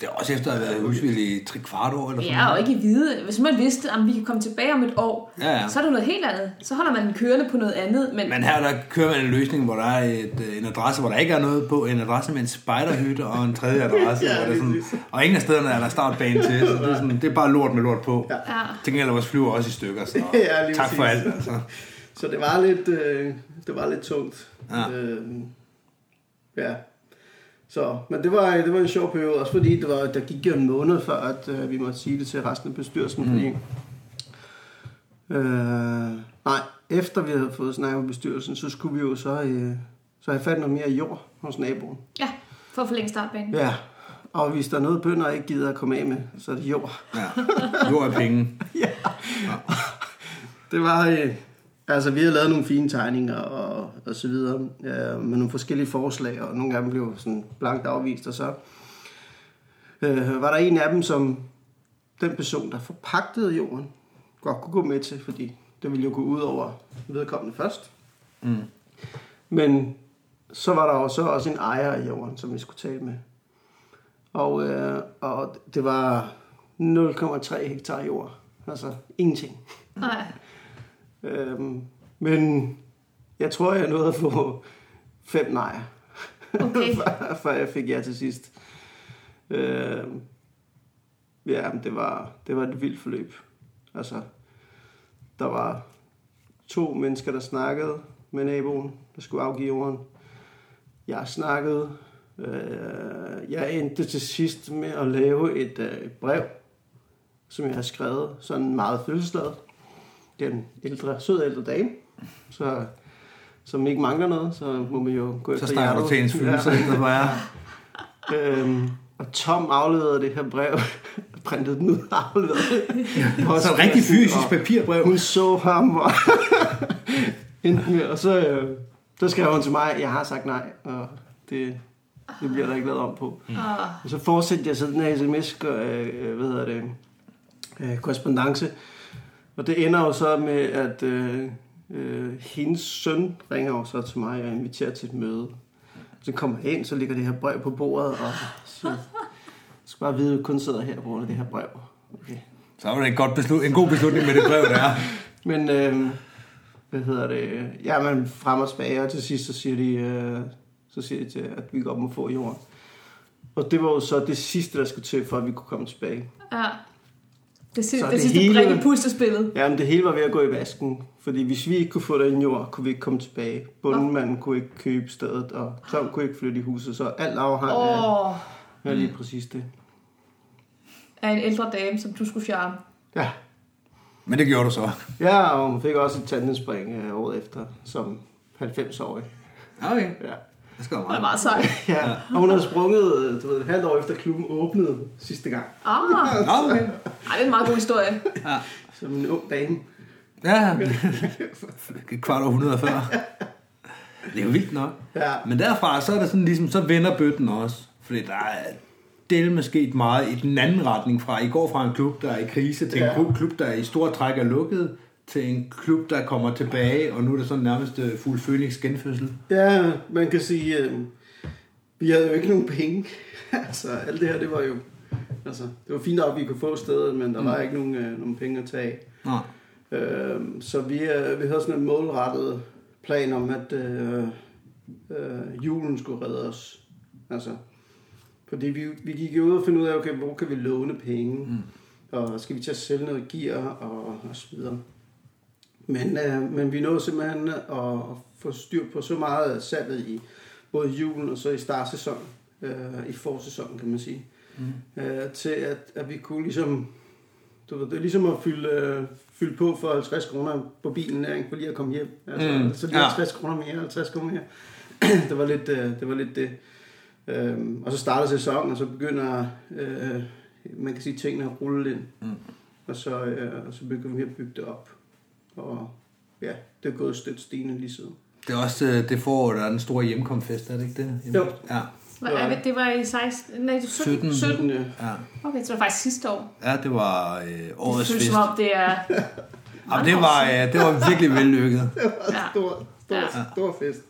Det er også efter at have været i husvild i tre kvart år eller sådan
Ja, og ikke i vide. Hvis man vidste, at vi kan komme tilbage om et år,
Ja, ja.
så er det noget helt andet. Så holder man den kørende på noget andet. Men,
Men her der kører man en løsning, hvor der er et, øh, en adresse, hvor der ikke er noget på. En adresse med en spejderhytte og en tredje adresse.
Ja,
ja, hvor det er sådan,
lige
og ingen af stederne er der startbane til. Så det, er sådan, det er bare lort med lort på. Ja.
ja,
Til gengæld er vores flyver også i stykker. Så
Ja, lige
tak for
præcis.
alt. Altså.
Så det var lidt, øh, det var lidt tungt.
Ja.
Øh, ja. Så, men det var, det var en sjov periode, også fordi det var, der gik jo en måned før, at øh, vi måtte sige det til resten af bestyrelsen, mm. fordi... Øh, nej, efter vi havde fået snakket med bestyrelsen, så skulle vi jo så, øh, så have fat i noget mere jord hos naboen.
ja, for at forlænge startbanen.
Ja, og hvis der er noget bønder ikke gider at komme af med, så er det jord.
Ja. Jord er penge.
Det var... Øh, altså, vi har lavet nogle fine tegninger og, og så videre, øh, med nogle forskellige forslag, og nogle af dem blev sådan blankt afvist, og så øh, var der en af dem, som den person, der forpagtede jorden, godt kunne gå med til, fordi det ville jo gå ud over vedkommende først. Mm. Men så var der jo så også en ejer af jorden, som vi skulle tale med. Og, øh, og det var 0,3 hektar jord. Altså ingenting.
Nej,
Øhm, men jeg tror, jeg nåede at få fem nejer,
okay.
før- før jeg fik ja til sidst. Øhm, ja, men det var, det var et vildt forløb. Altså, der var to mennesker, der snakkede med naboen, der skulle afgive jorden. Jeg snakkede. Øh, jeg endte til sidst med at lave et øh, brev, som jeg har skrevet, sådan meget følelsesladet. Det er en ældre, sød ældre dame, så, som ikke mangler noget, så må man jo gå
Så
efter
snakker du til ens følelser. Ja. Det var jeg.
Øhm, og Tom afleverede det her brev, printede den ud og afleverede det.
Og så et rigtig fysisk papirbrev.
Og Hun så ham, og, endte med, og så, øh, så skrev hun til mig, jeg har sagt nej, og det, det bliver der ikke lavet om på.
Og,
Og så fortsatte jeg så den her sms, øh, øh, hvad hedder det, øh, korrespondence. Og det ender jo så med, at øh, øh, hendes søn ringer jo så til mig og inviterer til et møde. Så kommer jeg ind, så ligger det her brev på bordet, og så jeg skal bare vide, at jeg kun sidder her på grund af det her brev. Okay.
Så var det en, godt beslut, en god beslutning med det brev, der er.
Men øh, hvad hedder det, ja, man frem og tilbage, og til sidst så siger de, øh, så siger de til, at vi godt må få jorden. Og det var jo så det sidste, der skulle til, for at vi kunne komme tilbage.
Ja. Det, sy-
Så
det,
det
det sidste
hele-
brik i puslespillet.
Jamen, det hele var ved at gå i vasken, fordi hvis vi ikke kunne få den jord, kunne vi ikke komme tilbage. Bundemanden kunne ikke købe stedet, og Tom kunne ikke flytte i huset, så alt afhang af,
Åh,
af lige præcis det.
af en ældre dame, som du skulle fjerne.
Ja,
Men det gjorde du så.
ja og hun fik også et tandemspring øh, året efter, som 90-årig.
Okay,
Ja.
det skal
Det er meget sejt.
Ja, og hun havde sprunget øh, du ved, et halvt år efter klubben åbnede sidste gang.
Ah,
Nå, okay.
ej, det er en meget god historie.
Som en ung dame.
Ja, et kvart århundrede før. Det er jo vildt nok.
Ja.
Men derfra, så er det sådan ligesom, så vender bøtten også. Fordi der er delme sket meget i den anden retning fra. I går fra en klub, der er i krise, til en
Ja.
klub, klub der i store træk er lukket, til en klub, der kommer tilbage, og nu er det sådan nærmest øh, fuld Phoenix genfødsel.
Ja, man kan sige, øh, vi havde jo ikke nogen penge. altså, alt det her, det var jo... Altså, det var fint nok, at vi kunne få stedet, men der mm. var ikke nogen, øh, nogen penge at tage. af.
Nå.
Øh, så vi, øh, vi havde sådan en målrettet plan om, at øh, øh, julen skulle redde os. Altså, fordi vi, vi gik jo ud og finde ud af, okay, hvor kan vi låne penge? Mm. Og skal vi til at sælge noget gear og, og så videre. Men, øh, men vi nåede simpelthen at få styr på så meget af salget i både julen og så i startsæsonen, øh, i forsæsonen kan man sige, mm. øh, til at, at vi kunne ligesom, du ved, det er ligesom at fylde, øh, fylde på for 50 kroner på bilen, der, ikke, for lige at komme hjem. Altså,
Mm,
mm. Så lige
ja.
50 kroner mere, 50 kroner mere. det, var lidt, øh, det var lidt det. Øhm, og så starter sæsonen, og så begynder, øh, man kan sige, tingene at rulle ind. Mm. Og, så, øh, og så begynder vi at bygge det op. Og ja, det er gået stødt stigende lige siden.
Det er også øh, det forår, der er den store hjemkomfest, er det ikke det?
Jo.
Ja.
Hvad er det? Det var i 16... Nej,
17.
17. 17.
Men, øh,
ja.
Okay, så det var faktisk sidste år.
Ja, det var øh,
Det
årets
føles
fest.
som om, det er...
Jamen, det, var, øh, det var virkelig vellykket.
Ja.
Stor, stor,
Ja.
ja. stor fest.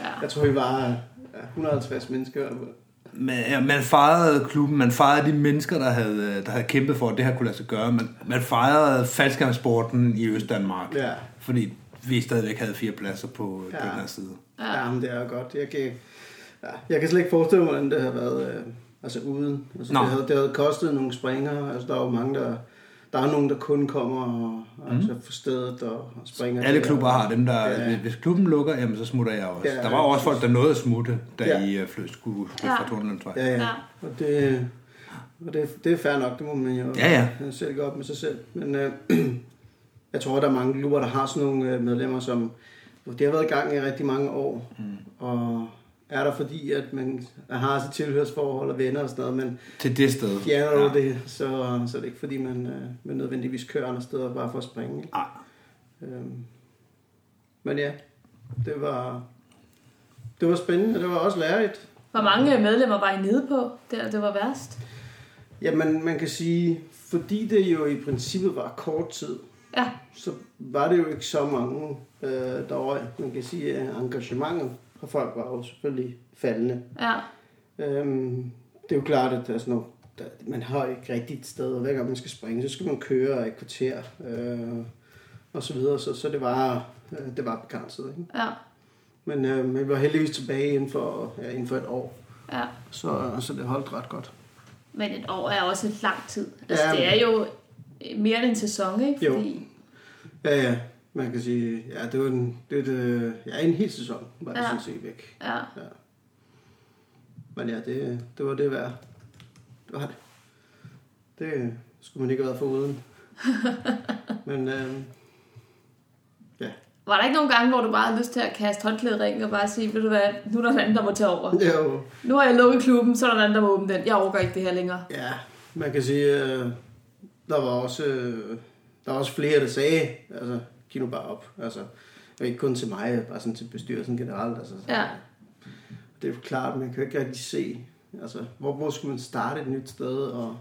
Ja.
Jeg tror, vi var øh, 150 mennesker.
Man, ja, man fejrede klubben, man fejrede de mennesker, der havde, øh, der havde kæmpet for, at det her kunne lade sig gøre. Man, man fejrede faldskærmsporten i Østdanmark,
Ja.
fordi vi stadigvæk havde fire pladser på ja.
Ja.
den her side.
Ja, ja men det er jo godt. Jeg kan, ja, jeg kan slet ikke forestille mig, hvordan det havde været øh, altså uden. Altså,
Nå.
det, havde, det havde kostet nogle springer. Altså, der er jo mange, der... Der er nogen, der kun kommer og, mm. altså, for stedet og, og springer.
Mhm. Alle
der.
klubber har dem, der...
Ja.
Ja. Hvis klubben lukker, jamen, så smutter jeg også.
Ja,
Ja, der var også
præcis.
folk, der nåede at smutte, da
Ja.
ja. I øh, flød skulle, skulle
Ja.
fra Tornlømsvej.
Ja, ja.
Ja.
ja. Og, det, og det, det er fair nok, det må man jo
Ja,
ja. selv gå op med sig selv. Men øh, jeg tror, der er mange klubber, der har sådan nogle øh, medlemmer, som det har været i gang i rigtig mange år. Mm. Og er der fordi, at man har sit tilhørsforhold og venner og sådan noget, men
Til det sted.
fjerner ja. det, så, så er det ikke fordi, man, øh, man nødvendigvis kører andre steder bare for at springe. ikke?
Nej.
Øhm, men ja, det var, det var spændende, det var også lærerigt.
Hvor mange medlemmer var I nede på? Det, det var værst.
Jamen, man kan sige, fordi det jo i princippet var kort tid,
Ja.
så var det jo ikke så mange øh, derovre. Man kan sige, at engagementet fra folk var jo selvfølgelig faldende.
Ja.
Øhm, det er jo klart, at der er sådan noget, der, man har jo ikke rigtigt et sted, og hver gang man skal springe, så skal man køre et kvarter øh, og så videre. Så, så det var, øh, det var begrænset. Ikke?
Ja.
Men øh, men vi var heldigvis tilbage inden for, ja, inden for et år,
Ja.
så, så det holdt ret godt.
Men et år er også et lang tid. Altså,
Ja,
det
men-
er jo mere end en sæson, ikke?
Jo.
Fordi,
Ja, ja. Man kan sige, ja, det var en, det, det, ja, en hel sæson, var det
Ja.
ja. sådan set væk.
ja.
Ja. Men ja, det, det var det værd. Det var det. Det skulle man ikke have været for uden. Men øh, ja,
Var der ikke nogle gange, hvor du bare havde lyst til at kaste håndklædet i ringen og bare sige, ved du hvad, nu er der en anden, der må tage over.
det er jo,
Nu har jeg lukket klubben, så er der en anden, der må åbne den. Jeg overgår ikke det her længere.
ja, man kan sige, øh, der var også, øh, der var også flere, der sagde, altså, giv nu bare op. Altså, og ikke kun til mig, bare sådan til bestyrelsen generelt. Altså,
Ja.
Det er jo klart, man kan jo ikke rigtig se, altså, hvor, hvor skulle man starte et nyt sted, og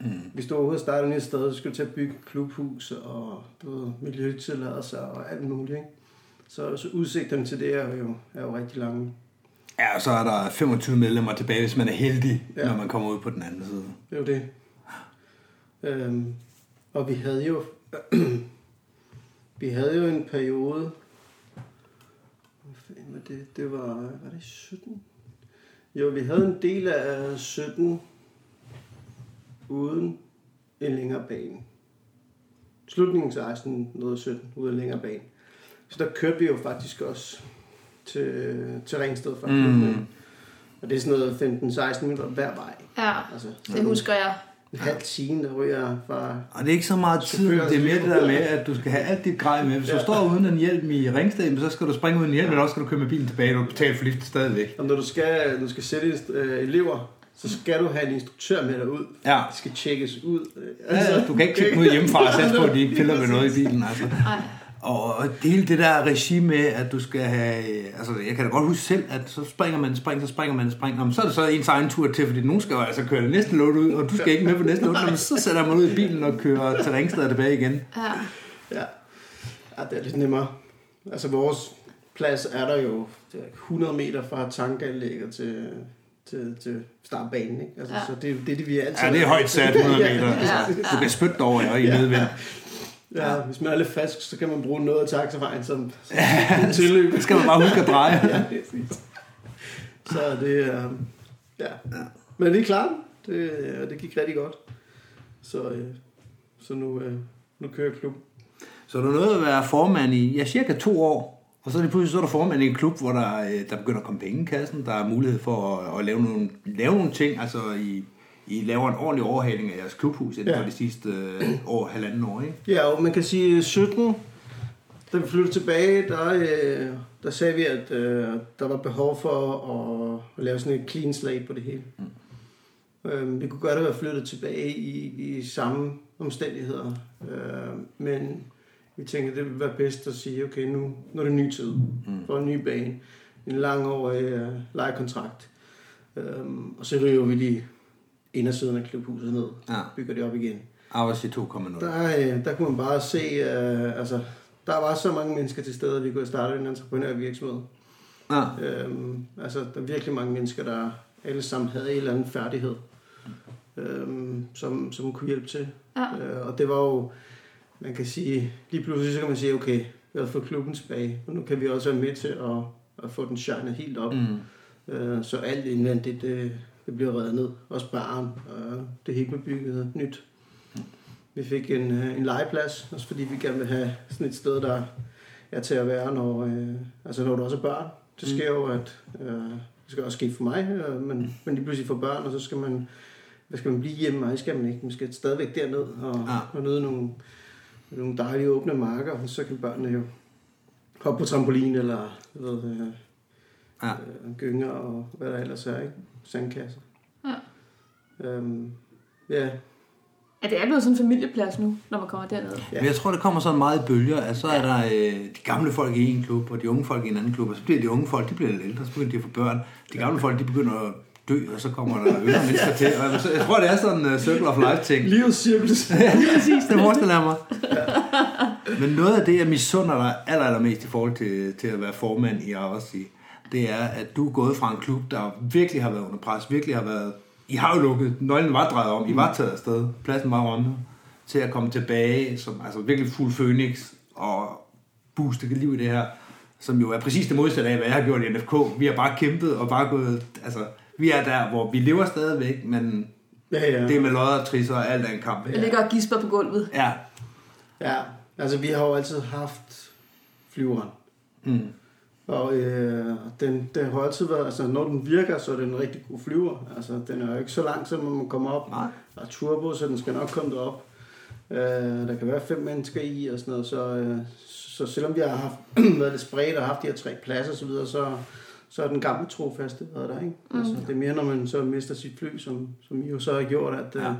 mm. hvis du overhovedet starter et nyt sted, så skal du til at bygge et klubhus, og du ved, miljøtilladelser og alt muligt, ikke? Så, så udsigterne til det er jo, er jo rigtig lange.
Ja, og så er der 25 medlemmer tilbage, hvis man er heldig,
Ja.
ja. når man kommer ud på den anden side.
Det er jo det. Øhm, og vi havde jo, vi havde jo en periode, fanden var det? Det var, var det 17? Jo, vi havde en del af 17 uden en længere bane. Slutningen 16, noget 17, uden en længere bane. Så der kørte vi jo faktisk også til, til Ringsted fra mm. Og det er sådan noget 15-16 minutter hver vej.
Ja,
Altså,
det husker jeg.
en halv time, der ryger fra
Og det er ikke så meget tid,
Chaufføren
det er mere det der
skal-
med, at du skal have alt dit grej med. Hvis du står uden en hjelm i Ringsted, så skal du springe uden en hjelm, eller også skal du køre med bilen tilbage, og du betaler for lift stadigvæk.
Og når du skal, du skal sætte inst- øh, elever, så skal du have en instruktør med dig ud.
Ja.
Det skal tjekkes ud. Øh,
Altså, du kan ikke kigge dem ud hjemmefra og sætte på, at de ikke piller ved noget i bilen. Altså.
Ej.
Og og det hele det der regime med, at du skal have... Altså, jeg kan da godt huske selv, at så springer man en spring, så springer man en spring. Nå, men så er det så ens egen tur til, fordi nogen skal jo altså køre det næste lot ud, og du skal ikke med på næste lot. Nå, men så sætter man ud i bilen og kører til Ringsted og tilbage igen.
Ja.
Ja. ja, det er lidt nemmere. Altså vores plads er der jo det er 100 meter fra tankanlægget til, til, til startbanen. Ikke? Altså,
Ja.
Så det er jo det, det vi altid...
Altså, Ja, det er højt sat 100 meter.
ja,
Altså, du kan spytte dig over og i medvind.
ja, hvis man er lidt frisk, så kan man bruge noget af taxavejen som, som tilløb.
Så skal man bare huske at dreje.
Ja, præcis. Så det er... Øh, ja. Men vi klarede den. det, øh, det gik rigtig godt. Så, øh, så nu, øh, nu kører jeg klub.
Så du nåede at være formand i ja, cirka to år, og så lige pludselig så er du formand i en klub, hvor der, øh, der begynder at komme penge i kassen. Der er mulighed for at, at lave, nogle, lave nogle ting, altså I, I laver en ordentlig overhaling af jeres klubhus inden
Ja.
for de sidste øh, år, halvanden år, ikke?
Ja, og man kan sige 17, da vi flyttede tilbage, der, øh, der sagde vi, at øh, der var behov for at, at lave sådan et clean slate på det hele. Mm. Øh, vi kunne godt have været flyttet tilbage i, i samme omstændigheder, øh, men vi tænkte, det ville være bedst at sige, okay, nu, nu er det ny tid for en ny bane, en langårig øh, lejekontrakt. Øh, og så river vi lige indersiden af klubhuset ned,
Ja.
bygger det op igen.
Arbejds i 2,0.
Der, øh, der kunne man bare se, øh, altså, der var så mange mennesker til stede, at vi kunne have startet en entreprenørvirksomhed.
Ja.
Øhm, altså, der er virkelig mange mennesker, der alle sammen havde en eller anden færdighed, øhm, som, som kunne hjælpe til.
Ja.
Øh, og det var jo, man kan sige, lige pludselig så kan man sige, okay, vi har fået klubben tilbage, og nu kan vi også være med til at, at få den shinet helt op.
Mm.
Øh, så alt indvendigt, det, det bliver reddet ned. Også baren, og det hele blev bygget nyt. Vi fik en, øh, en legeplads, også fordi vi gerne vil have sådan et sted, der er til at være, når, øh, altså når du også er børn. Det sker jo, at øh, det skal også ske for mig, øh, men, men lige pludselig får børn, og så skal man, hvad skal man blive hjemme, og det skal man ikke. Man skal stadigvæk derned og,
Ja.
og nyde nogle, nogle dejlige åbne marker, og så kan børnene jo hoppe på trampolin, eller jeg ved, øh,
Ja.
øh, gynger og hvad der ellers er, ikke? Sandkasser.
Ja.
Øhm, ja,
ja, det er blevet sådan en familieplads nu, når man kommer derned.
Ja.
Men jeg tror, det kommer sådan meget i bølger, at så er der øh, de gamle folk i en klub, og de unge folk i en anden klub, og så bliver de unge folk, de bliver lidt ældre, så begynder de at få børn. De gamle folk, de begynder at dø, og så kommer der yngre mennesker til. Og jeg, jeg tror, det er sådan en uh, circle of life ting.
livets cirkus.
præcis, det forestiller jeg mig. Men noget af det, jeg misunder dig aller, allermest i forhold til, til at være formand i Aversi, det er, at du er gået fra en klub, der virkelig har været under pres, virkelig har været... I har jo lukket, nøglen var drejet om, I var taget afsted, pladsen var rundt, til at komme tilbage som altså virkelig fuld phoenix og booste liv i det her, som jo er præcis det modsatte af, hvad jeg har gjort i NFK. Vi har bare kæmpet og bare gået... Altså, vi er der, hvor vi lever stadigvæk, men
ja, ja.
det er med lodder og trisser og alt er en kamp.
Jeg ligger og gisper på gulvet.
Ja,
ja, altså vi har jo altid haft flyveren.
Mm.
Og øh, den, den har altid været, altså når den virker, så er den en rigtig god flyver. Altså den er jo ikke så lang, som man kommer op.
Nej.
Der er turbo, så den skal nok komme derop. Øh, der kan være fem mennesker i og sådan noget, så, øh, så selvom vi har haft, været lidt spredt og haft de her tre pladser og så, videre, så, så er den gamle trofaste været der, ikke? Mm. Altså, det er mere, når man så mister sit fly, som, som I jo så har gjort, at, ja.
Ja.
øh,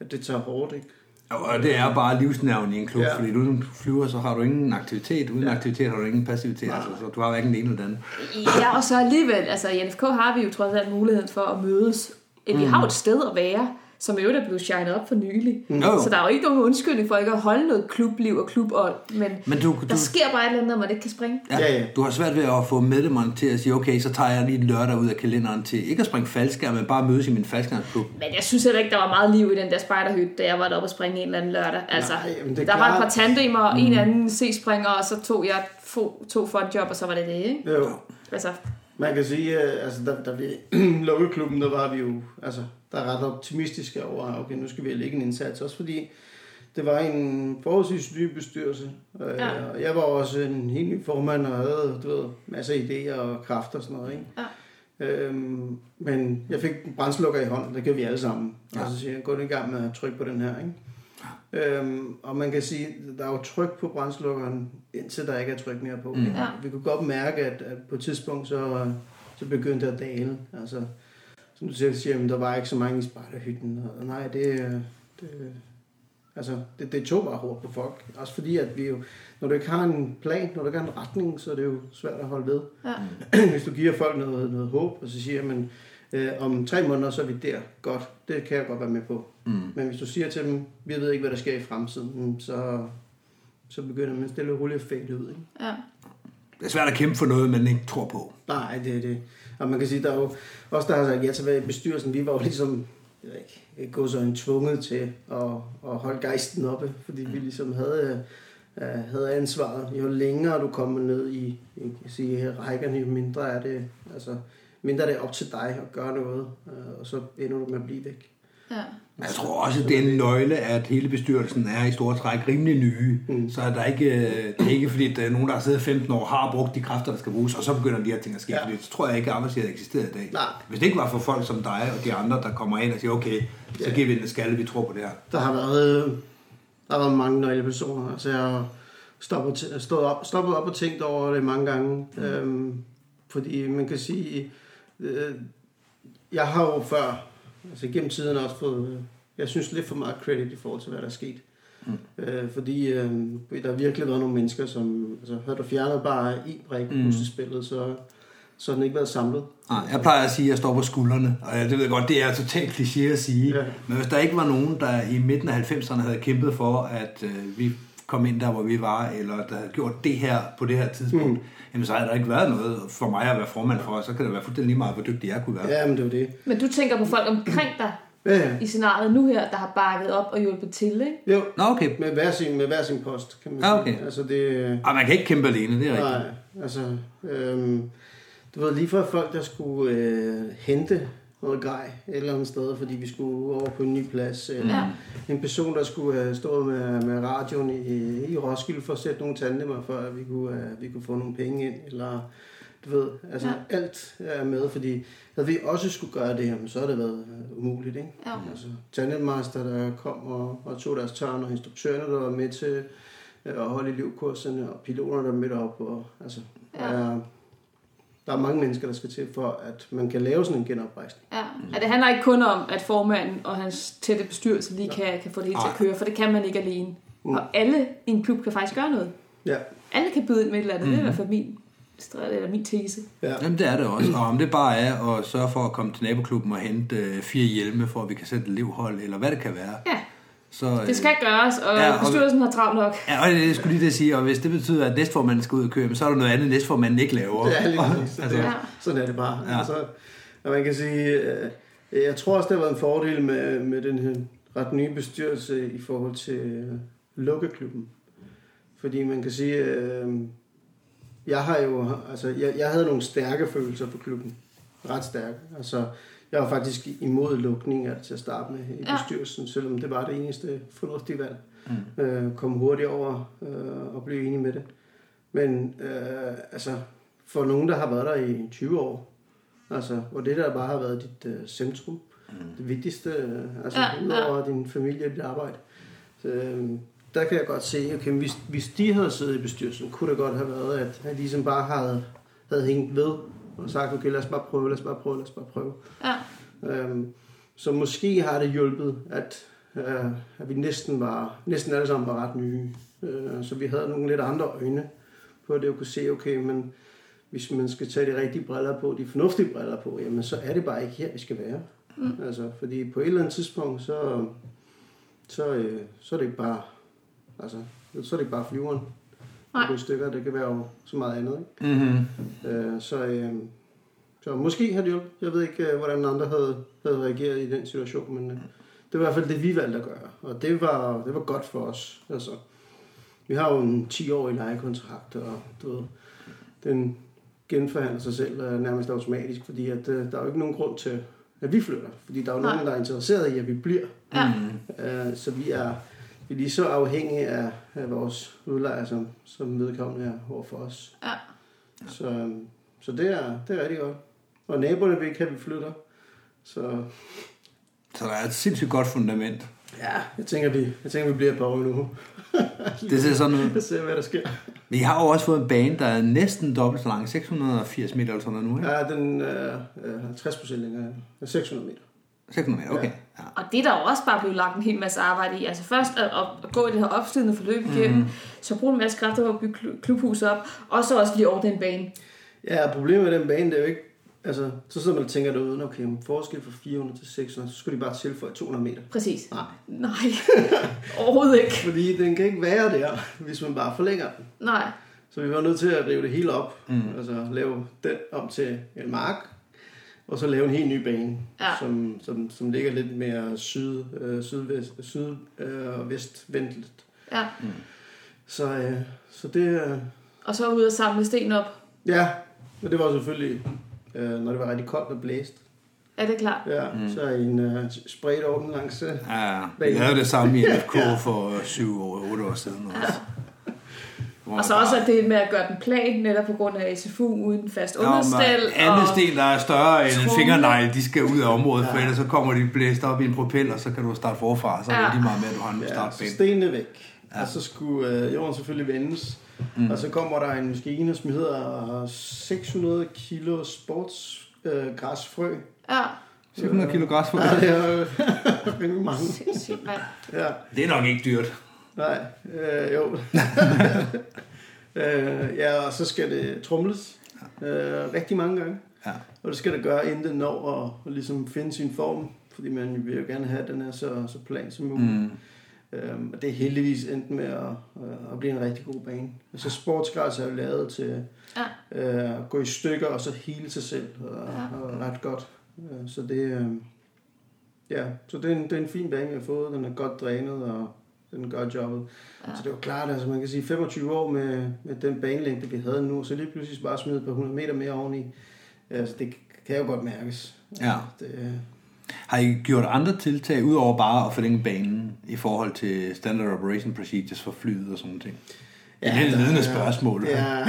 at det tager hårdt, ikke?
Og det er bare livsnerven i en klub,
Ja.
ja. fordi uden du flyver, så har du ingen aktivitet. Uden ja. aktivitet har du ingen passivitet, altså, så du har hverken den ene eller den anden.
Ja, og så alligevel, altså i NFK har vi jo trods alt muligheden for at mødes. Vi har jo et sted at være, som i øvrigt er blevet shined op for nylig.
Jo.
Så der er jo ikke nogen undskyldning for ikke at holde noget klubliv og klubånd, men,
Men du,
der
du,
sker bare et eller andet, når man ikke kan springe.
Ja, ja.
du har svært ved at få medlemmerne til at sige, okay, så tager jeg lige en lørdag ud af kalenderen til ikke at springe faldskærm, men bare mødes i min faldskærmklub.
Men jeg synes heller ikke, der var meget liv i den der spejderhytte, da jeg var deroppe og springe en eller anden lørdag. Altså,
Nej, men det er
der var et
klart.
par tandemer, mm. en anden C-springer, og så tog jeg
få, tog for et job, og så var det det, ikke?
Jo.
Altså,
Man kan sige, at altså, der, der blev lukket klubben, der var vi jo altså, der er ret optimistiske over, okay, nu skal vi lægge en indsats. Også fordi det var en forholdsvis ny bestyrelse.
Ja.
Ja. Og jeg var også en helt ny formand og havde du ved, masser af idéer og kræfter og sådan noget. Ikke?
Ja.
Øhm, men jeg fik en brændslukker i hånden, det gør vi alle sammen. Ja. Og så siger jeg, gå nu i gang med at trykke på den her. Ikke? Øhm, og man kan sige, der er jo tryk på brændslukkeren, indtil der ikke er tryk mere på. Mm.
Ja.
Vi kunne godt mærke, at, at på et tidspunkt, så, så begyndte det at dale. Altså, som du selv siger, jamen, der var ikke så mange i spejderhytten. Og nej, det, øh, det, altså, det, det tog bare hårdt på folk. Også fordi, at vi jo, når du ikke har en plan, når du ikke har en retning, så er det jo svært at holde ved.
ja.
Hvis du giver folk noget, noget håb, og så siger, men øh, om tre måneder, så er vi der. Godt, det kan jeg godt være med på. Mm. Men hvis du siger til dem, vi ved ikke, hvad der sker i fremtiden, mm, så, så begynder man stille og roligt at fade ud. Ikke?
ja.
Det er svært at kæmpe for noget, man ikke tror på.
Nej, det er det. Og man kan sige, der er jo os, der har sagt ja til at være i bestyrelsen, vi var jo ligesom, jeg ved ikke, gå så en tvunget til at, at holde gejsten oppe, fordi vi ligesom havde, øh, havde ansvaret. Jo længere du kommer ned i jeg kan sige, rækkerne, jo mindre er det, altså, mindre er det op til dig at gøre noget, øh, og så ender du med at blive væk.
ja.
Men jeg tror også, at det er en nøgle, at hele bestyrelsen er i store træk rimelig nye. Mm. Så er der ikke, øh, det er ikke fordi, at der er nogen, der har siddet 15 år, har brugt de kræfter, der skal bruges, og så begynder de her ting at ske.
Ja.
Ja. Så tror jeg ikke, at arbejdsgivet eksisterer i dag.
Nej.
Hvis det ikke var for folk som dig og de andre, der kommer ind og siger, okay, så giver vi den en skalle, vi tror på det her.
Der har været, der har været mange nøglepersoner. Altså, jeg har stoppet, til- stået op, stoppet op og tænkt over det mange gange. Mm. Øhm, fordi man kan sige, øh, jeg har jo før, altså gennem tiden også fået, jeg synes lidt for meget credit i forhold til, hvad der er sket. Mm. Øh, fordi øh, der har virkelig været nogle mennesker, som altså, havde du fjernet bare en brik mm. i spillet, så, så har den ikke været samlet.
Nej, jeg plejer at sige, at jeg står på skuldrene, og jeg, det ved jeg godt, det er totalt kliché at sige,
Ja.
ja. men hvis der ikke var nogen, der i midten af 90'erne havde kæmpet for, at øh, vi kom ind der, hvor vi var, eller der havde gjort det her på det her tidspunkt, mm. jamen så havde der ikke været noget for mig at være formand for, og så kan det være fuldstændig lige meget, hvor dygtig jeg kunne være. Ja.
Ja, men det var det.
Men du tænker på folk omkring dig
Ja, ja.
i scenariet nu her, der har bakket op og hjulpet til, ikke?
Jo,
Nå, okay.
med hver sin, med hver sin post, kan man
Ja,
sige.
okay.
Altså, det, øh,
Og man kan ikke kæmpe alene, det er rigtigt.
Nej, altså, øhm, du ved, lige før folk, der skulle øh, hente noget grej et eller andet sted, fordi vi skulle over på en ny plads, eller ja. en person, der skulle have stået med, med radioen i, i Roskilde for at sætte nogle tandemmer, for at vi kunne, øh, vi kunne få nogle penge ind, eller du ved, altså ja. alt er med, fordi havde vi også skulle gøre det, jamen, så havde det været øh, umuligt, ikke?
Ja.
Altså, tandemmaster, der kom og, og tog deres tørn, og instruktørerne, der var med til øh, at holde i livkurserne, og piloterne, der mødte op. Og, altså, ja. er, der er mange mennesker, der skal til for, at man kan lave sådan en genoprejsning.
Ja.
Mm.
ja. det handler ikke kun om, at formanden og hans tætte bestyrelse lige kan, kan få det hele til at køre, for det kan man ikke alene.
Mm.
Og alle i en klub kan faktisk gøre noget.
Ja.
Alle kan byde ind med et eller andet. Mm-hmm. Det er i hvert
Mm.
fald min, eller min tese.
ja.
Jamen det er det også, og om det bare er at sørge for at komme til naboklubben og hente øh, fire hjelme, for at vi kan sætte et livhold, eller hvad det kan være.
Ja,
Så, øh,
det skal gøres, og
Ja, og-
bestyrelsen har travlt nok.
Ja, og det skulle lige det sige, og hvis det betyder, at næstformanden skal ud og køre, så er der noget andet, næstformanden ikke laver.
Ja, lige præcis. Så
altså,
det,
Ja.
Sådan er det bare. Ja.
Ja.
Altså, og man kan sige, øh, jeg tror også, det har været en fordel med, med den her ret nye bestyrelse i forhold til øh, lukkeklubben. Fordi man kan sige, øh, jeg har jo, altså, jeg, jeg havde nogle stærke følelser for klubben. Ret stærke. Altså, jeg var faktisk imod lukninger til at starte med i
Ja.
bestyrelsen, selvom det var det eneste fornuftige valg. Mm. Øh, kom hurtigt over øh, og blev enig med det. Men øh, altså, for nogen, der har været der i 20 år, altså, hvor det der bare har været dit øh, centrum, mm. det vigtigste, øh, altså,
Ja,
ja,
ja.
udover din familie og dit arbejde, så, øh, der kan jeg godt se, okay, hvis, hvis de havde siddet i bestyrelsen, kunne det godt have været, at han ligesom bare havde, havde hængt ved og sagt, okay, lad os bare prøve, lad os bare prøve, lad os bare prøve.
Ja,
Øhm, så måske har det hjulpet, at, øh, at vi næsten var, næsten alle sammen var ret nye. Øh, så vi havde nogle lidt andre øjne på det, og kunne se, okay, men hvis man skal tage de rigtige briller på, de fornuftige briller på, jamen så er det bare ikke her, vi skal være. Mm. Altså, fordi på et eller andet tidspunkt, så, så, øh, så er det ikke bare, altså, så er det ikke bare flyveren.
Nej.
Det er stykker, det kan være jo så meget andet, ikke?
mm-hmm.
Øh, så, øh, så måske har det hjulpet. Jeg ved ikke, øh, hvordan andre havde, havde reageret i den situation, men øh, det var i hvert fald det, vi valgte at gøre. Og det var, det var godt for os. Altså, Vi har jo en 10-årig lejekontrakt, og du ved, den genforhandler sig selv øh, nærmest automatisk, fordi at, øh, der er jo ikke nogen grund til, at vi flytter. Fordi der er jo
Nej.
nogen, der er interesseret i, at vi bliver.
Ja.
Øh, så vi er, vi er lige så afhængige af, af vores udlejer, som, som vedkommende er over for os.
Ja.
Så, øh, så det, er, det er rigtig godt. Og naboerne vil ikke have, at vi flytter. Så
Så der er et sindssygt godt fundament.
ja, jeg tænker, vi, jeg tænker, vi bliver et par år nu.
Det ser sådan ud.
Jeg ser, hvad der sker.
Vi har jo også fået en bane, der er næsten dobbelt så lang. 680 meter eller sådan noget nu, ikke?
Ja, den er øh, 50 procent længere. Ja, 600 meter.
600 meter, okay. Ja.
Og det er der jo også bare blevet lagt en hel masse arbejde i. Altså først at, op, at gå i det her opslidende forløb igennem, mm. så bruge en masse kræfter på at bygge klu- klubhuset op, og så også lige ordne en bane.
Ja, og problemet med den bane, det er jo ikke... Altså, så sidder man og tænker derude, okay, men forskel fra 400 til 600, så skulle de bare tilføje 200 meter.
Præcis.
Nej.
Nej, overhovedet ikke.
Fordi den kan ikke være der, hvis man bare forlænger den.
Nej.
Så vi var nødt til at rive det hele op. Mm. Altså lave den om til en mark, og så lave en helt ny bane,
Ja.
som, som, som ligger lidt mere syd, øh, sydvest, syd øh, vestvendtligt.
Ja.
Mm.
Så, øh, så det, øh,
Og så ud og samle sten op.
Ja, men det var selvfølgelig, øh, når det var rigtig koldt og blæst.
Er det klart?
Ja, mm. så en øh, spredt ovnen langs. Øh.
Ja, vi lavede det samme i FK for 7 år, 8 år siden også. Hvor
Og så også at det med at gøre den plan, netop på grund af SFU uden fast
Nå, men
understel.
Alle
og...
sten, der er større end en
Tromle.
fingernegl, de skal ud af området, for ellers så kommer de blæst op i en propel, og så kan du starte forfra, så er det
Ja.
lige meget med, at du har en
Ja, så
startbane.
stenene væk. Ja. Og så skulle øh, jorden selvfølgelig vendes. Mm. Og så kommer der en maskine, som hedder 600 kilo sportsgræsfrø. Øh, græsfrø.
700 kilo græs for
ja, det er jo rimelig mange.
Ja.
Ja,
Det er nok ikke dyrt.
nej, øh, jo. øh, ja, og så skal det trumles øh, rigtig mange gange.
Ja.
Og det skal det gøre, inden den når at, at ligesom finde sin form, fordi man vil jo gerne have, at den er så, så plan som muligt. Mm. Øhm, og det er heldigvis endt med at, øh, at blive en rigtig god bane. Altså sportsgræs er jo lavet til ja. øh, at gå i stykker og så hele sig selv, og, ja. og ret godt. Øh, så det, øh, ja. så det, er en, det er en fin bane, vi har fået. Den er godt drænet, og den gør jobbet. Ja. Så det er jo klart, altså man kan sige 25 år med, med den banelængde, vi havde nu, så lige pludselig bare smide et par 100 meter mere oveni. Altså, det kan jo godt mærkes.
Ja.
Det, øh,
Har I gjort andre tiltag, udover bare at forlænge banen, i forhold til standard operation procedures for flyet og sådan noget? Ja, det er et ledende spørgsmål. Ja.
ja.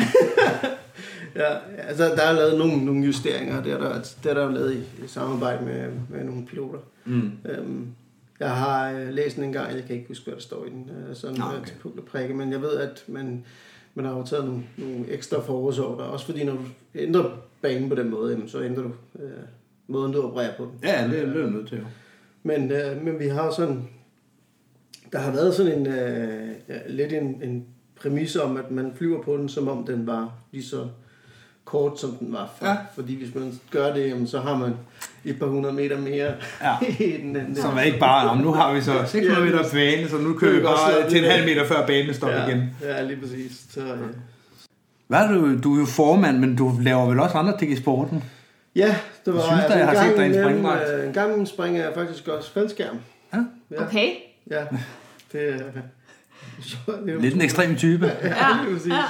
ja, altså, der er lavet nogle, nogle justeringer, det er der, det er der jo lavet i, i samarbejde med, med nogle piloter. Mm. Øhm, jeg har øh, læst den en gang, jeg kan ikke huske, hvad der står i den, øh, sådan
Nå,
Nå, okay.
okay.
til punkt og prikke, men jeg ved, at man, man har jo taget nogle, nogle ekstra forårsorder, også fordi når du ændrer banen på den måde, jamen, så ændrer du øh, måden, du opererer på den.
Ja, det er det er nødt til. jo.
Men, øh, men vi har jo sådan... Der har været sådan en øh, ja, lidt en, en præmis om, at man flyver på den, som om den var lige så kort, som den var før.
Ja.
Ja. Fordi hvis man gør det, jamen, så har man et par hundrede meter mere
Ja.
i den anden.
Som er ikke bare, "Nå, men nu har vi så 600 meter bane, så nu kører
Det
vi
er godt
bare
slappet
til en
lidt af.
halv meter før banen stopper
ja,
igen.
Ja, lige præcis. Så, øh.
Hvad er du? Du er jo formand, men du laver vel også andre ting i sporten?
Ja, det var...
Jeg synes da, jeg har set dig i en springvagt.
En gang imellem springer jeg faktisk også faldskærm.
Ja.
Ja.
Okay.
ja. Det, er- så, det er jo-
Lidt en ekstrem type.
Ja, lige præcis. Ja.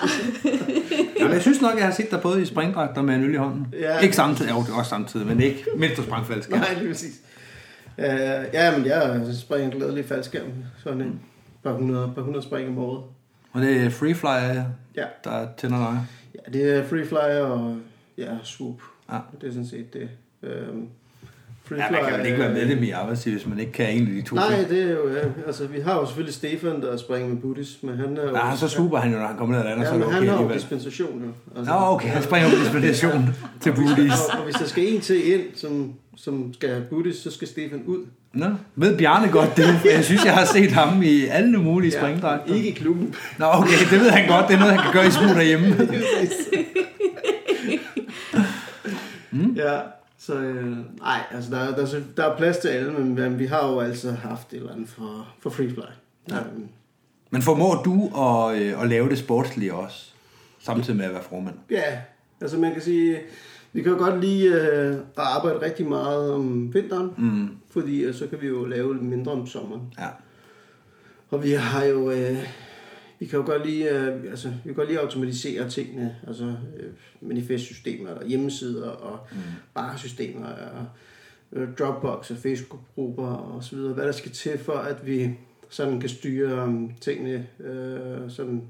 Ja, men jeg synes nok, jeg har set dig både i springdragt og med en øl i hånden.
Ja.
Ikke samtidig, jo, det er også samtidig, men ikke mens du sprang falsk.
Nej, lige præcis. Øh, ja, men jeg springer glædelig faldskærm. Sådan en par hundrede, par hundrede spring om året.
Og det er freefly,
Ja.
der tænder dig.
ja, det er free fly og ja, swoop.
Ja.
Det er sådan set det. Øh, free
Ja, man kan vel ikke være
øh,
medlem i arbejdsliv, hvis man ikke kan en af de to
Nej,
ting.
det er jo... Ja. Altså, vi har jo selvfølgelig Stefan, der springer med Buddhist, men han er jo...
Ja, så super han jo, når han kommer ned og lander,
Ja,
så er
men
det okay
han har jo
alligevel.
dispensation jo. Altså,
Nå, okay, han springer på dispensation til booties.
Og, og hvis der skal en til ind, som, som skal have Buddhist, så skal Stefan ud.
Nå, ved Bjarne godt det, for jeg synes, jeg har set ham i alle mulige
Ja,
springdragter.
Ikke i klubben.
Nå, okay, det ved han godt, det er noget, han kan gøre i smug derhjemme.
Ja, så øh, nej, altså der, er- der, er så- der er plads til alle, men, men vi har jo altså haft et eller andet for, for free fly. Ja. Øhm,
Men formår du at, øh, at lave det sportslige også, samtidig med at være formand?
ja, altså man kan sige, vi kan jo godt lide øh, at arbejde rigtig meget om vinteren, mm. fordi øh, så kan vi jo lave lidt mindre om sommeren.
Ja.
Og vi har jo, øh, vi kan jo godt lige, øh, altså, vi kan godt lige automatisere tingene, altså øh, manifestsystemer og hjemmesider og mm. barsystemer og øh, Dropbox og Facebook-grupper og så videre. Hvad der skal til for, at vi sådan kan styre um, tingene øh, sådan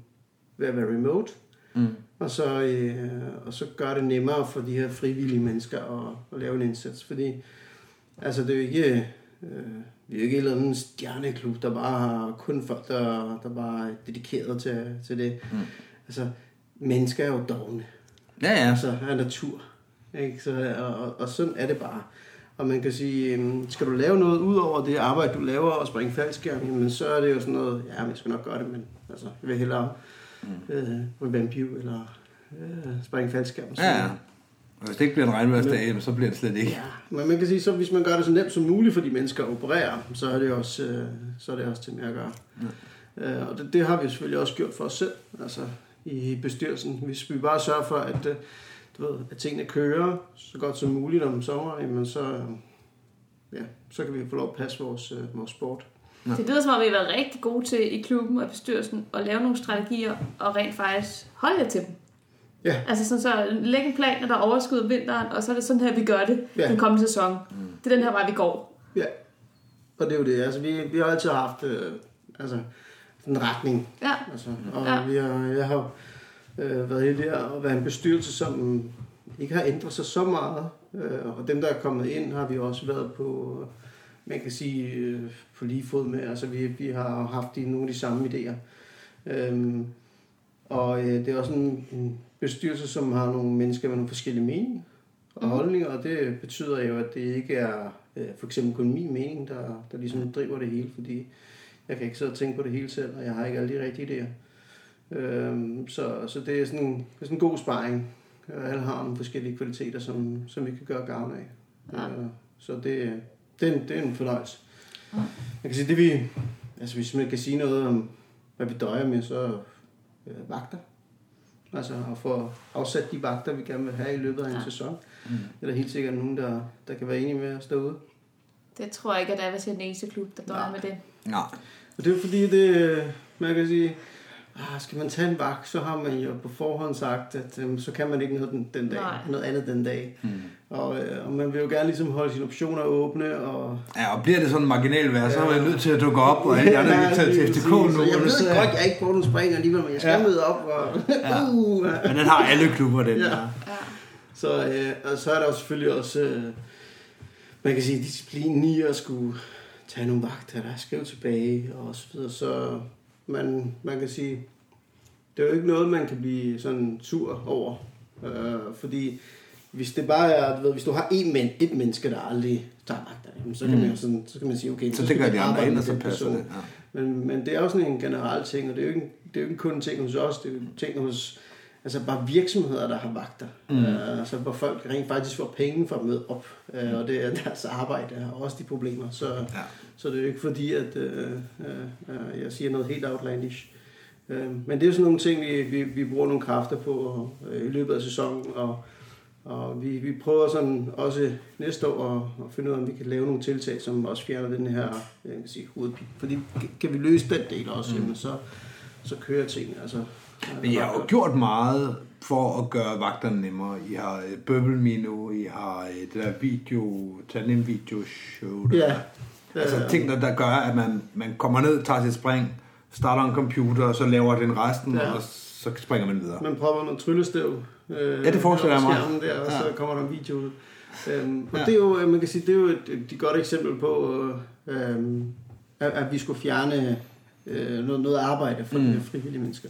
ved at være remote.
Mm.
Og så, øh, og så gør det nemmere for de her frivillige mennesker at, at lave en indsats. Fordi altså, det er jo ikke, øh, vi er jo ikke en eller anden stjerneklub, der bare har kun folk, der, der bare er dedikeret til, til det. Mm. Altså, mennesker er jo dogne
Ja, ja.
altså af natur. Ikke? Så, og, og, og sådan er det bare. Og man kan sige, øhm, skal du lave noget ud over det arbejde, du laver og springe faldskærm, jamen så er det jo sådan noget, ja, men jeg skal nok gøre det, men altså, jeg vil hellere øh, vampyr eller øh, springe faldskærm.
Ja, ja. Og hvis det ikke bliver en regnværsdag, jamen, så bliver det slet ikke.
Ja, men man kan sige, så hvis man gør det så nemt som muligt for de mennesker at operere, så er det også, øh, så er det også til med at gøre. Ja. Øh, og det, det har vi selvfølgelig også gjort for os selv, altså i bestyrelsen. Hvis vi bare sørger for, at, øh, du ved, at tingene kører så godt som muligt om sommeren, jamen så, øh, ja, så kan vi få lov at passe vores, øh, vores sport.
Det lyder som om, vi har været rigtig gode til i klubben og i bestyrelsen at lave nogle strategier og rent faktisk holde jer til dem.
Ja.
Altså sådan så lægge en plan, og der er overskud om vinteren, og så er det sådan her, vi gør det
Ja.
ja. den kommende sæson. Mm. Det er den her vej, vi går.
Ja, og det er jo det. Altså, vi, vi har altid haft øh, altså, en retning,
Ja.
Altså, og ja.
Ja.
vi har, jeg har øh, været heldig at være en bestyrelse, som ikke har ændret sig så meget. Øh, og dem, der er kommet ind, har vi også været på, man kan sige, øh, på lige fod med. Altså, vi, vi har jo haft de, nogle af de samme idéer. Øh, og øh, det er også en, en bestyrelse, som har nogle mennesker med nogle forskellige meninger og holdninger, og det betyder jo, at det ikke er øh, for eksempel kun min mening, der, der ligesom driver det hele, fordi jeg kan ikke sidde og tænke på det hele selv, og jeg har ikke alle de rigtige idéer. Øhm, så, så det er sådan, en- det er sådan en god sparring. Øh, Alle har nogle forskellige kvaliteter, som, som vi kan gøre gavn af. Ja. Øh, så det, det, er en, det er en fornøjelse. Man kan sige, det vi... Altså, hvis man kan sige noget om, hvad vi døjer med, så øh, vagter. Altså at få afsat de vagter, vi gerne vil have i løbet af en sæson. Mm. Det er der helt sikkert nogen, der, der kan være enige med os derude.
Det tror jeg ikke, at der er ved den eneste klub, der døjer med det.
Nej.
Og det er jo fordi, det, øh, man kan sige, ah, skal man tage en vagt, så har man jo på forhånd sagt, at øhm, så kan man ikke noget den, den dag, Nej.
Nej.
noget andet den dag.
Hmm.
Mm. Og, øh, og man vil jo gerne ligesom holde sine optioner åbne. Og,
Ja, og bliver det sådan en marginal vær, så er man nødt til at dukke op, og alle de andre vil tage til FDK nu.
Så jeg
og så-
ved godt, jeg ikke får nogen springer alligevel, men jeg skal
Ja.
ja. møde op. Og, ja. uh, ja.
Men den har alle klubber, den
Ja.
der.
Så, øh, og så er der jo selvfølgelig også, øh, man kan sige, disciplinen i at skulle tage nogle vagter, der skal jo tilbage og så videre. Så man, man kan sige, det er jo ikke noget, man kan blive sådan sur over. Øh, fordi hvis det bare er, du ved, hvis du har én men, et menneske, der aldrig tager vagter, jamen, så kan man jo sådan, så kan man sige, okay,
Mm. Så det
skal
gør
vi
de andre
arbejde
ind,
med
og så
den
passer
person.
det. Ja.
Men, men det er jo sådan en generel ting, og det er jo ikke, det er jo ikke kun en ting hos os, det er jo en ting hos altså bare virksomheder, der har vagter. Mm. Uh, altså hvor folk rent faktisk får penge for at møde op, uh, og det er deres arbejde og også de problemer. Så, ja. så det er jo ikke fordi, at uh, uh, uh, jeg siger noget helt outlandish. Uh, men det er jo sådan nogle ting, vi, vi, vi bruger nogle kræfter på uh, i løbet af sæsonen, og, og vi, vi prøver sådan også næste år at, at finde ud af, om vi kan lave nogle tiltag, som også fjerner den her øh, jeg kan sige, hovedpine. Fordi kan vi løse den del også, mm. jamen, så, så kører tingene. Altså, øh,
Men I har jo gjort meget for at gøre vagterne nemmere. I har øh, Bøbelmino, I har øh, det der video, tandem video show. Der.
Ja.
Altså ting, der, der gør, at man, man kommer ned, tager sit spring, starter en computer, og så laver den resten,
Ja.
ja. og så springer man videre.
Man prøver noget tryllestav. Øh,
Ja, det forestiller
op
jeg mig.
skærmen Der, og så
Ja.
kommer der en video ud. Øhm, og ja. det er jo, øh, man kan sige, det er jo et, et, et godt eksempel på, øh, øhm, at, at vi skulle fjerne øh, noget, noget arbejde for mm. de her frivillige mennesker.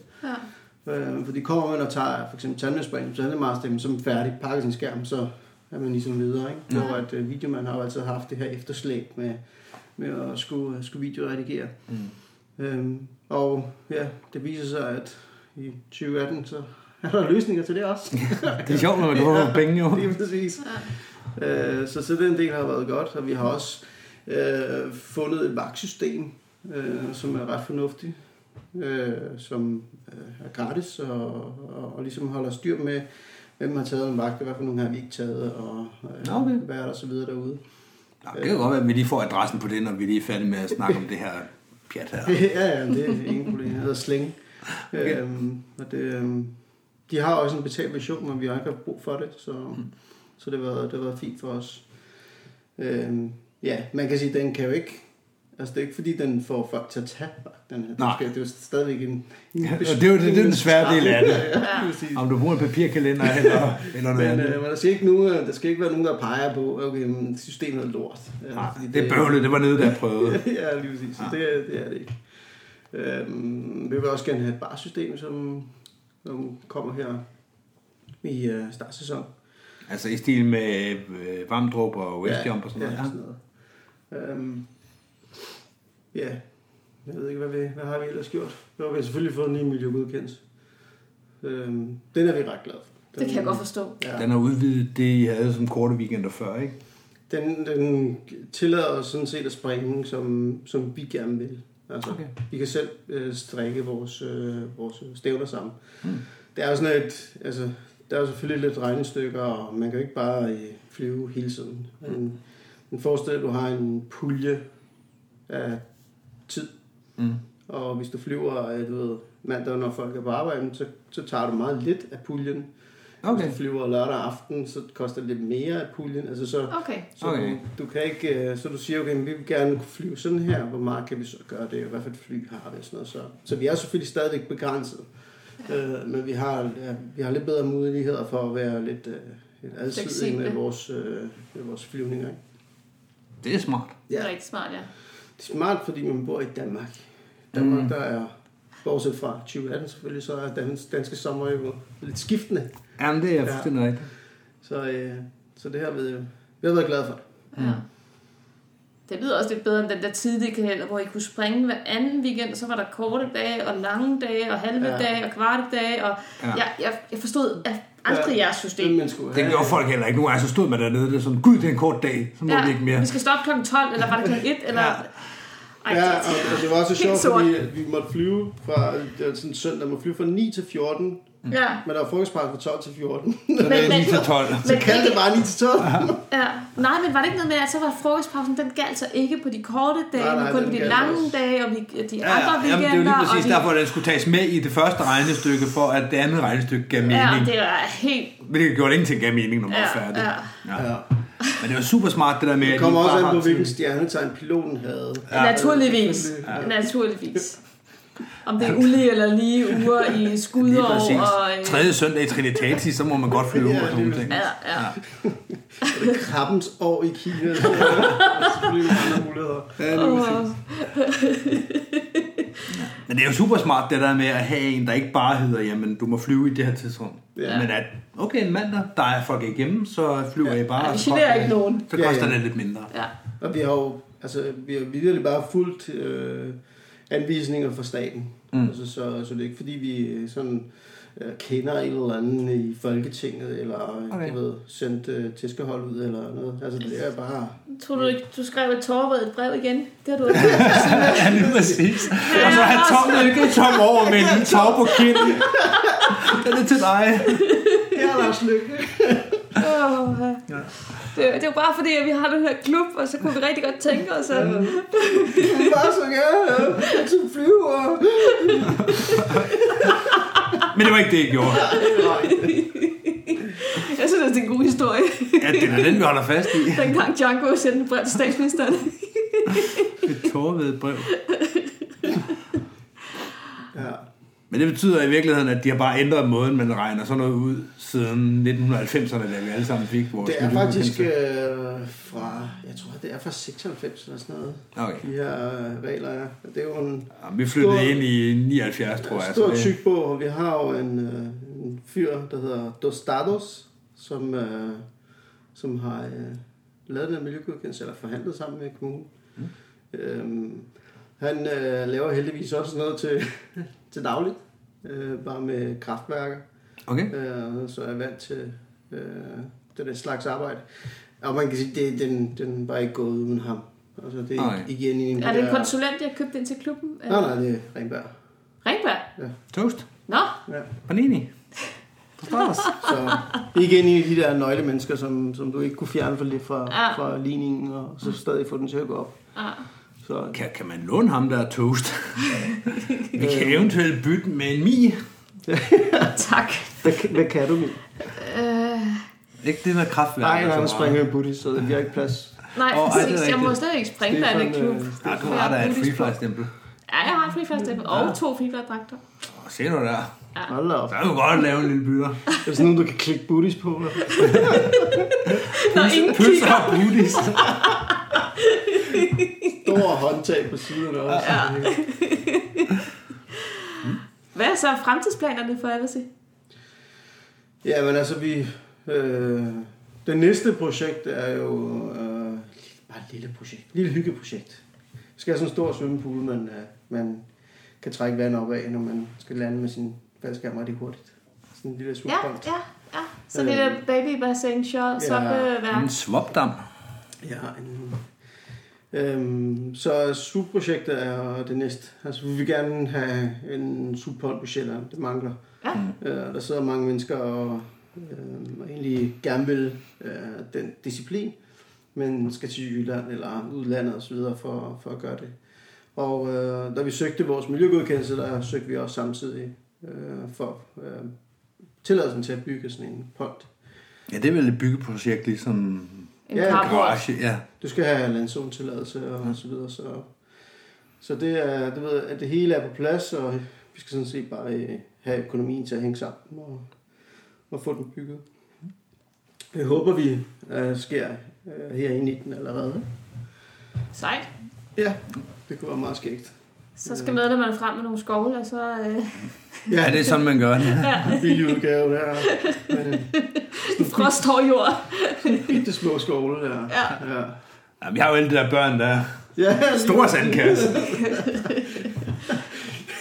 Ja.
Øh, fordi kommer man og tager for eksempel tandemspring, så er det meget stemme som færdig, pakker sin skærm, så er man ligesom videre. Ikke? Ja. Hvor at øh, videomanden har jo altid haft det her efterslæb med, med at skulle, skulle videoredigere. Mm. Øhm, og ja, det viser sig, at i 2018, så er der løsninger til det også.
Det er sjovt, når man får penge jo.
Lige præcis. Ja. Øh, så, så den del har været godt, og vi har også øh, fundet et vagtsystem, øh, som er ret fornuftigt, øh, som øh, er gratis og, og, og ligesom holder styr med, hvem har taget en vagt, og hvad for nogle har vi ikke taget, og øh, okay. hvad er der så videre derude.
Nå, det kan godt være, at vi lige får adressen på det, når vi lige er færdige med at snakke om det her pjat her.
ja, ja, det er ingen problem. Det hedder Sling. Okay. Øhm, og det, øhm, de har også en betalt version, men vi har ikke haft brug for det, så, mm. så det har været, det har været fint for os. Øhm, ja, man kan sige, den kan jo ikke... Altså, det er ikke fordi, den får folk til at tage den her.
Nej.
Nej. Det er jo stadigvæk en... en
Ja, og det er jo det, det er den svære del af det.
Ja, ja, præcis.
Om du bruger en papirkalender eller, eller noget
Men
andet.
øh, men der, skal ikke nogen, der skal ikke være nogen, der peger på, okay, men systemet er lort. Øh,
Nej,
fordi
det er bøvlet, det var nede, der prøvede.
ja, lige præcis. Så
Ah.
det, er- det er det ikke. Øhm, vi vil også gerne have et barsystem, som, som kommer her i øh, startsæson.
Altså i stil med øh, varmdrup og westjump og sådan
Ja,
noget. Altså,
sådan noget. Øhm, ja, jeg ved ikke, hvad, vi, hvad har vi ellers gjort? Nu har vi selvfølgelig fået en ny miljøgodkendelse. Øhm, den er vi ret glade for. Den,
Det kan jeg godt forstå.
Ja.
Ja.
Den har udvidet det, I havde som korte weekender før, ikke?
Den, den tillader os sådan set at springe, som, som vi gerne vil. Altså,
Okay.
okay. Vi kan selv øh, strikke vores, øh, vores stævner sammen. Mm. Det er jo sådan et, altså, der er jo selvfølgelig lidt regnestykker, og man kan jo ikke bare øh, flyve hele tiden. Men, men forestil dig, at du har en pulje af tid,
Mm.
og hvis du flyver, øh, du ved, mandag, når folk er på arbejde, så, så tager du meget lidt af puljen. Hvis du flyver lørdag aften, så koster det lidt mere af puljen. Altså, så,
Okay.
så,
Okay.
okay. du, du kan ikke, øh, så du siger, okay, men vi vil gerne kunne flyve sådan her, hvor meget kan vi så gøre det, og hvad for et fly har vi og sådan noget. Så, så vi er selvfølgelig stadigvæk begrænset, øh, men vi har, ja, vi har lidt bedre muligheder for at være lidt, øh, lidt alsidige med
Fleksible.
vores, øh, med vores flyvninger. Ikke?
Det er smart.
Det
Ja.
er rigtig smart, ja.
Det er smart, fordi man bor i Danmark. Danmark, mm. der er, bortset fra 2018 selvfølgelig, så er den danske sommer jo lidt skiftende.
Jamen, det er
Ja.
fuldstændig ja. rigtigt.
Så, øh, så det her ved jeg, vi har været glade for.
ja. Det lyder også lidt bedre end den der tidlige kalender, hvor I kunne springe hver anden weekend, så var der korte dage, og lange dage, og halve
Ja.
ja. dage, og kvarte dage, og
Ja.
ja. jeg, jeg, jeg forstod at aldrig
Ja.
ja. jeres system.
Men man skulle
Det
have-
gjorde folk heller ikke. Nu er så stod man dernede, det er sådan, gud, det er en kort dag, så må ja. vi ikke mere.
vi skal stoppe kl. 12, eller var det kl. 1, eller...
Ja.
Ja. Ej,
Ja,
det,
og, og det var også sjovt,
Helt sort.
fordi at vi måtte flyve fra, det var sådan en søndag, man flyve fra 9 til 14,
ja.
men der var frokostpakke fra 12 til 14.
Så det er
Men-
9 til 12.
Så
Men
kaldte det
ikke,
bare 9 til 12.
ja. Nej, men var det ikke noget med, at så var frokostpausen, den galt så ikke på de korte dage, nej,
Nej, nej,
nej, men kun
den
på de
galt
lange
også.
dage, og vi, de
Ja,
andre
ja.
weekender.
Jamen, det er jo lige præcis
og de,
derfor, at den skulle tages med i det første regnestykke, for at det andet regnestykke gav mening.
Ja,
Ja, det...
det var helt...
Hvilket gjorde at ingenting gav mening, når man
Ja,
var færdig.
ja.
Ja. Men det var super smart, det der med, at
Det kom
I bare
også an
har
på,
tiden.
hvilken stjernetegn piloten havde.
Ja, naturligvis.
selvfølgelig.
Ja. Naturligvis. Om det er ulige eller lige uger i
Lige
skudår
præcis.
og... øh,
Tredje søndag i Trinitatis, så må man godt flyve
Ja,
ja, og sådan nogle
det er
ting.
Ja, ja.
Krabbens år i Kina. Så der er selvfølgelig nogle andre muligheder.
Ja, det er præcis. Men det er jo super smart, det der med at have en, der ikke bare hedder, jamen, du må flyve i det her tidsrum.
Ja.
Men at, okay, en mandag, der er folk ikke hjemme, så flyver ja. I bare.
Ah, Ja, vi
og så
generer
koster
ikke
det-
nogen.
Så
Ja,
koster
ja.
det lidt mindre.
ja.
Og vi har jo altså, vi har virkelig bare fulgt øh, anvisninger fra staten. Mm. Altså, så, så det er ikke fordi, vi øh, sådan øh, kender en eller anden i Folketinget, eller
Okay.
okay. jeg ved, sendt øh, tæskehold ud, eller noget. Altså, det er bare...
Tror du ikke, du skrev et tårerødt brev igen? Det har du ikke.
Ja, lige præcis. Og
Altså,
så har Tom ikke tom over med en lille tag på kinden. Den er til dig.
Ja, Lars Lykke.
Åh, ja. det, det er jo bare fordi, at vi har den her klub, og så kunne vi rigtig godt tænke os at...
Det var så gerne. Jeg tog flyver.
Men det var ikke det, jeg gjorde.
Jeg synes, det er en god historie.
Ja, det er da den, vi holder fast i.
Dengang Django sendte et brev til statsministeren.
Et tårved brev.
Ja.
Men det betyder i virkeligheden, at de har bare ændret måden, man regner sådan noget ud siden 1990'erne, da vi alle sammen fik vores
Det er faktisk
miljøgodkendelse.
øh, fra, jeg tror, det er fra 96 eller sådan noget.
Okay.
De her øh, regler er. Det er jo en
Ja, vi flyttede
Stor-
ind i 79, tror jeg.
stor
så det-
tyk på, og vi har jo en, øh, en fyr, der hedder Dostados, som, øh, som har øh, lavet den her miljøgodkendelse, eller forhandlet sammen med kommunen. Mm. Øhm, han øh, laver heldigvis også noget til, til dagligt, øh, bare med kraftværker.
Okay.
øh, så er jeg vant til øh, den der slags arbejde. Og man kan sige, det, den, den var ikke gået uden ham. Altså, det er
Nej.
okay. igen en...
Er det en konsulent, jeg købte ind til klubben?
Nej, nej, det er Ringberg.
Ringberg?
Toast.
Nå,
Ja.
Panini. Forstår os.
Så igen en af de der nøglemennesker, som, som du ikke kunne fjerne for, fra,
Ja.
fra ligningen, og så stadig få den til at gå op.
ah,
Så
Kan, kan man låne ham, der er toast? Vi kan eventuelt bytte med en mi.
Tak.
hvad, hvad kan du?
Øh,
Ikke det med kraftværk.
Nej, nej,
altså,
nu
meget.
springer en buddhist, så vi har ikke plads.
Nej,
Åh, ej,
oh,
det er
præcis. Jeg
rigtigt.
må stadig ikke springe dig i den
Stefan,
klub.
øh,
Ja, du har da et free fly stempel.
Ja, jeg har en friflærstemme og to friflærdragter.
Åh, Se nu der.
Hold da op.
Der kan du godt lave en lille bytter.
Er det sådan nogen, du kan klikke buddhist på? Eller?
Når ingen
Pølser og buddhist.
Store håndtag på siden også. Ja.
Hvad er så fremtidsplanerne for Avasi?
ja, men altså, vi... Øh, det næste projekt er jo... Øh, bare et lille projekt. Et lille hyggeprojekt. Vi skal have sådan en stor svømmepool, man, øh, man kan trække vand op af, når man skal lande med sin faldskærm rigtig hurtigt. Sådan en lille
Ja,
svømmepunkt.
ja, ja. Så det der babybassin, så så øh,
En
værk.
svopdam.
Jeg har en... Øhm, så subprojektet er det næste. Altså, vi vil gerne have en subpond på Sjælland. Det mangler.
Ja.
Øh, der sidder mange mennesker og, øh, og egentlig gerne vil øh, den disciplin, men skal til Jylland eller udlandet osv. For, for at gøre det. Og øh, da vi søgte vores miljøgodkendelse, der søgte vi også samtidig øh, for øh, tilladelsen til at bygge sådan en pond.
Ja, det er vel et byggeprojekt, ligesom
En
Ja, en
carport.
garage. Ja.
Du skal have landzonetilladelse og så videre. Så, så det er, det, ved, jeg, at det hele er på plads, og vi skal sådan set bare øh, have økonomien til at hænge sammen og, og få den bygget. Det håber vi øh, sker øh, herinde i den allerede.
Sejt.
Ja, det kunne være meget skægt.
Så skal medlemmerne frem med nogle skovle, og så... Øh,
ja, det er sådan, man gør det.
En billig udgave der. Men
frost over jord.
bitte små skovle der. Ja. ja.
Ja, vi har jo alle de der børn, der er
ja
store sandkasse.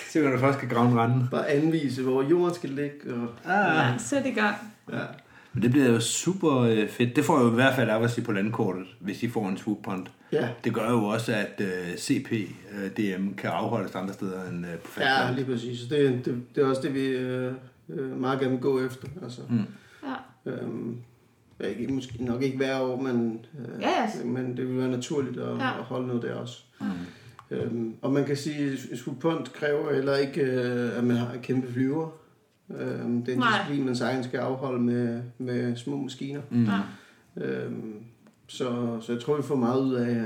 Se, når du først skal grave en rende.
bare anvise, hvor jorden skal ligge. Og,
Ah.
Ja, sæt i gang.
ja.
Men det bliver jo super øh, fedt. Det får jo i hvert fald af at sige på landkortet, hvis de får en swoop-punt.
ja.
Det gør jo også, at øh, CP øh, DM kan afholdes andre steder end øh, på
Ja,
fastlandet.
lige præcis. Det, det, det er også det, vi øh, øh, meget gerne vil gå efter. Altså,
Ja.
øhm, ja, ikke, måske nok ikke hver år, men, øh,
Ja, ja.
men det vil være naturligt at,
Ja.
ja. at holde noget der også. Mm. Øhm, og man kan sige, at Supont kræver heller ikke, øh, at man har kæmpe flyver. Øhm, det er en
Nej.
disciplin, man sagtens skal afholde med, med små maskiner.
Mm.
Ja.
Øhm, så, så jeg tror, vi får meget ud af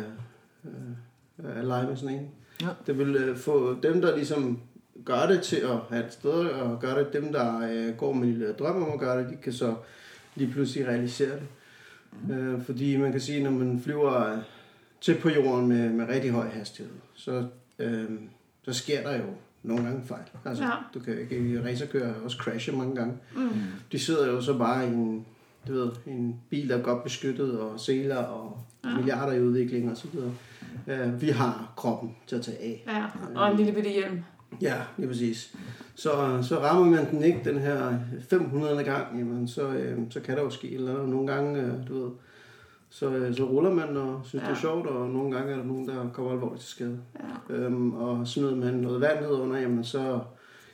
øh, at lege med sådan en.
Ja.
Det vil øh, få dem, der ligesom gør det til at have et sted og gøre det. Dem, der øh, går med en lille drøm om at gøre det, de kan så lige pludselig realisere det. Mm. Øh, fordi man kan sige, når man flyver øh, tæt på jorden med, med rigtig høj hastighed, så, øh, så sker der jo nogle gange fejl. Altså,
Ja.
ja. du kan jo ikke racerkøre også crashe mange gange. Mm. De sidder jo så bare i en, du ved, en bil, der er godt beskyttet, og seler og ja. milliarder i udvikling osv. Øh, vi har kroppen til at tage af.
ja. Og en lille bitte hjelm.
Ja, lige præcis. Så, så rammer man den ikke den her 500. gang, jamen, så, øh, så kan der jo ske et eller andet. nogle gange, øh, du ved, så, øh, så ruller man og synes, ja. det er sjovt, og nogle gange er der nogen, der kommer alvorligt til skade. Ja. Øhm, og smider man noget vand ned under, jamen, så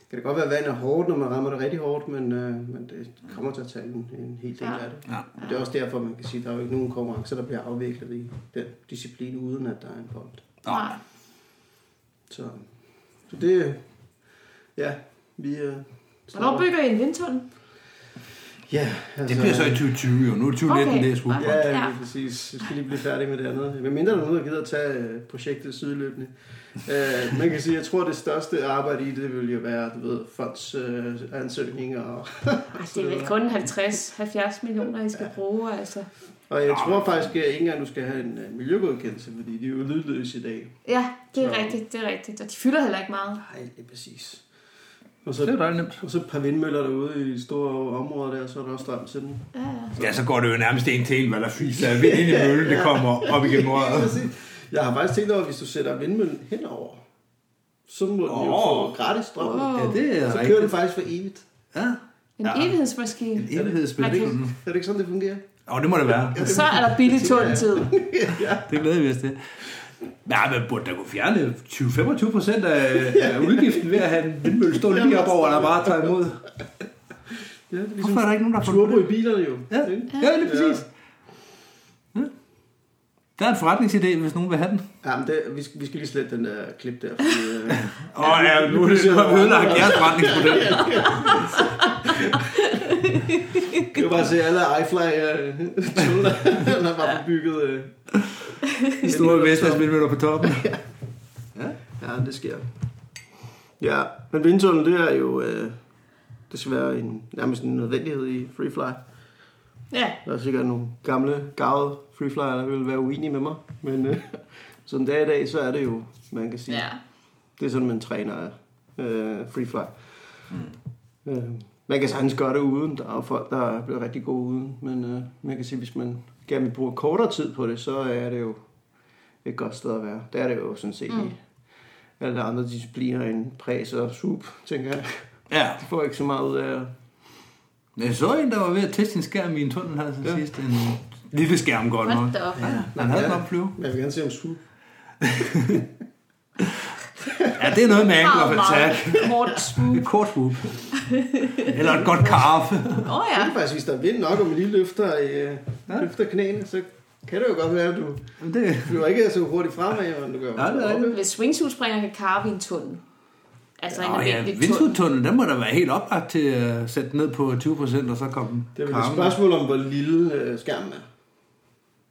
kan det godt være, at vandet er hårdt, når man rammer det rigtig hårdt, men, øh, men det kommer til at tage en, en hel del
Ja.
af det.
Ja.
Det er også derfor, man kan sige, at der er jo ikke nogen konkurrencer, der bliver afviklet i den disciplin, uden at der er en bold.
Nej.
Så, så det, øh, ja, vi... Øh,
Hvornår bygger I en vindtunnel?
Ja,
Det bliver så i 2020 jo. Nu er 2019,
Okay.
okay. det er swoop-punt.
Ja, ja,
Ja.
lige præcis. Vi skal lige blive færdige med det andet. Men mindre der er nogen, der gider at tage øh, projektet sideløbende. Øh, man kan sige, jeg tror, det største arbejde i det vil jo være, du ved, fonds øh, ansøgninger. Og,
Ej, det er vel kun 50-70 millioner, I skal bruge, altså.
og jeg
Ah.
tror faktisk øh, ikke engang, du skal have en øh, miljøgodkendelse, fordi de er jo lydløse i dag.
Ja, det er
Så-
rigtigt, det er rigtigt. Og de fylder heller ikke meget.
Nej, det er præcis. Og
Det er jo
så,
dejligt nemt.
og så et par vindmøller derude i store områder der, så er der også strøm til dem.
Ja, ja.
Ja, så går det jo nærmest en til en, hvad der fiser af vind ind i møllen, det kommer op igennem røret.
Jeg har faktisk tænkt over, at hvis du sætter vindmøllen henover, så må den jo
Åh.
få gratis strøm.
Wow.
Ja, det er
Så kører den
rigtigt.
faktisk for evigt.
Ja,
En
Ja.
evighedsmaskine.
evighedsspil.
Er det ikke-
Er det ikke sådan, det fungerer?
Åh, det må det være.
Så er der billig tunneltid.
Det glæder vi os til. Nej, men burde der kunne fjerne 20-25 procent af, af udgiften ved at have en vindmølle stå lige op over, der bare tager imod?
Ja, det er
Hvorfor er der ikke nogen, der har fundet
turbo
på det?
i bilerne jo.
Ja,
ikke?
ja lige præcis. Der er en forretningsidé, hvis nogen vil have den.
Ja, men det, vi, skal, vi skal lige slette den der klip der. Fordi, øh,
Åh, oh, ja, nu er det så ødelagt jeres forretningsmodel.
du kan bare se alle iFly-tøller, øh, der var bebygget. Øh.
De store Vestas vindmøller på toppen.
Ja, det sker. Ja, men vindtunnel, det er jo øh, desværre en, nærmest en nødvendighed i freefly.
Ja.
Der er sikkert nogle gamle, gavede freeflyer, der vil være uenige med mig. Men øh, som det er i dag, så er det jo, man kan sige.
ja.
Det er sådan, man træner øh, freefly. Mm. Øh, man kan sagtens gøre det uden. Der er jo folk, der er blevet rigtig gode uden. Men øh, man kan sige, hvis man gerne vil bruge kortere tid på det, så er det jo et godt sted at være. Der er det jo sådan set mm. i alle andre discipliner end præs og sup, tænker jeg.
Ja,
Det får ikke så meget ud af. at-
men jeg så en, der var ved at teste sin skærm i en tunnel her til ja.
Ja.
sidst. En lille skærm godt nok.
Hold da op.
Han havde den op at flyve.
Jeg vil gerne se om sup.
Ja, det er noget med angle of attack.
Morten Smug.
Et kort swoop. Eller et godt karaffe.
Åh oh,
Ja.
ja.
Det er faktisk, hvis der er vind nok, og man lige løfter, øh, ja. løfter knæene, så kan det jo godt være, at du
Jamen, Det,
flyver ikke så hurtigt fremad, men du gør.
Ja, det er rigtigt.
Hvis swingsuitspringer kan karve i en tunnel. Altså en
Åh ja,
almindelig tunnel.
vindsudtunnelen, den må da være helt oplagt til at sætte ned på 20%, og så komme
Det er vel et
karven.
spørgsmål om, hvor lille øh, skærmen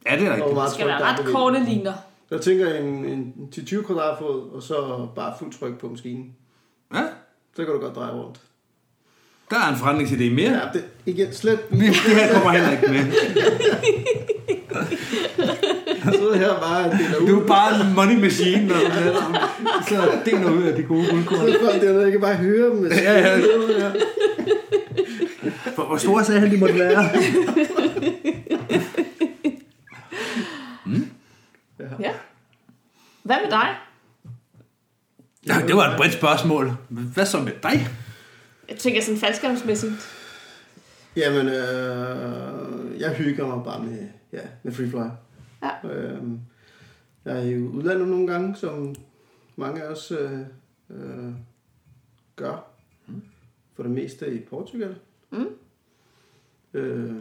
er.
Ja, det er
Og hvor
rigtigt.
meget
Det skal
tryk,
være
der er
ret
på
korte
vinden.
linjer.
Jeg tænker en, en 10-20 kvadratfod, og så bare fuld tryk på maskinen.
Ja,
Så kan du godt dreje rundt.
der er en forretningsidé mere.
Ja, det, igen, slet. Vi
Det her kommer heller ikke med.
sidder her bare og deler ud.
Du er bare en money machine, når du er Så det er noget af de gode guldkorn.
Så folk dernede, jeg kan bare høre dem.
Ja, ja. For hvor store sagde han, de måtte være?
Ja. Hvad med dig?
Ja, det var et bredt spørgsmål. Hvad så med dig?
Jeg tænker sådan faldskærmsmæssigt.
Jamen, øh, jeg hygger mig bare med, ja, med freefly.
Ja.
Øh, jeg er i udlandet nogle gange, som mange af os øh, øh, gør. For det meste i Portugal. Mm. Øh,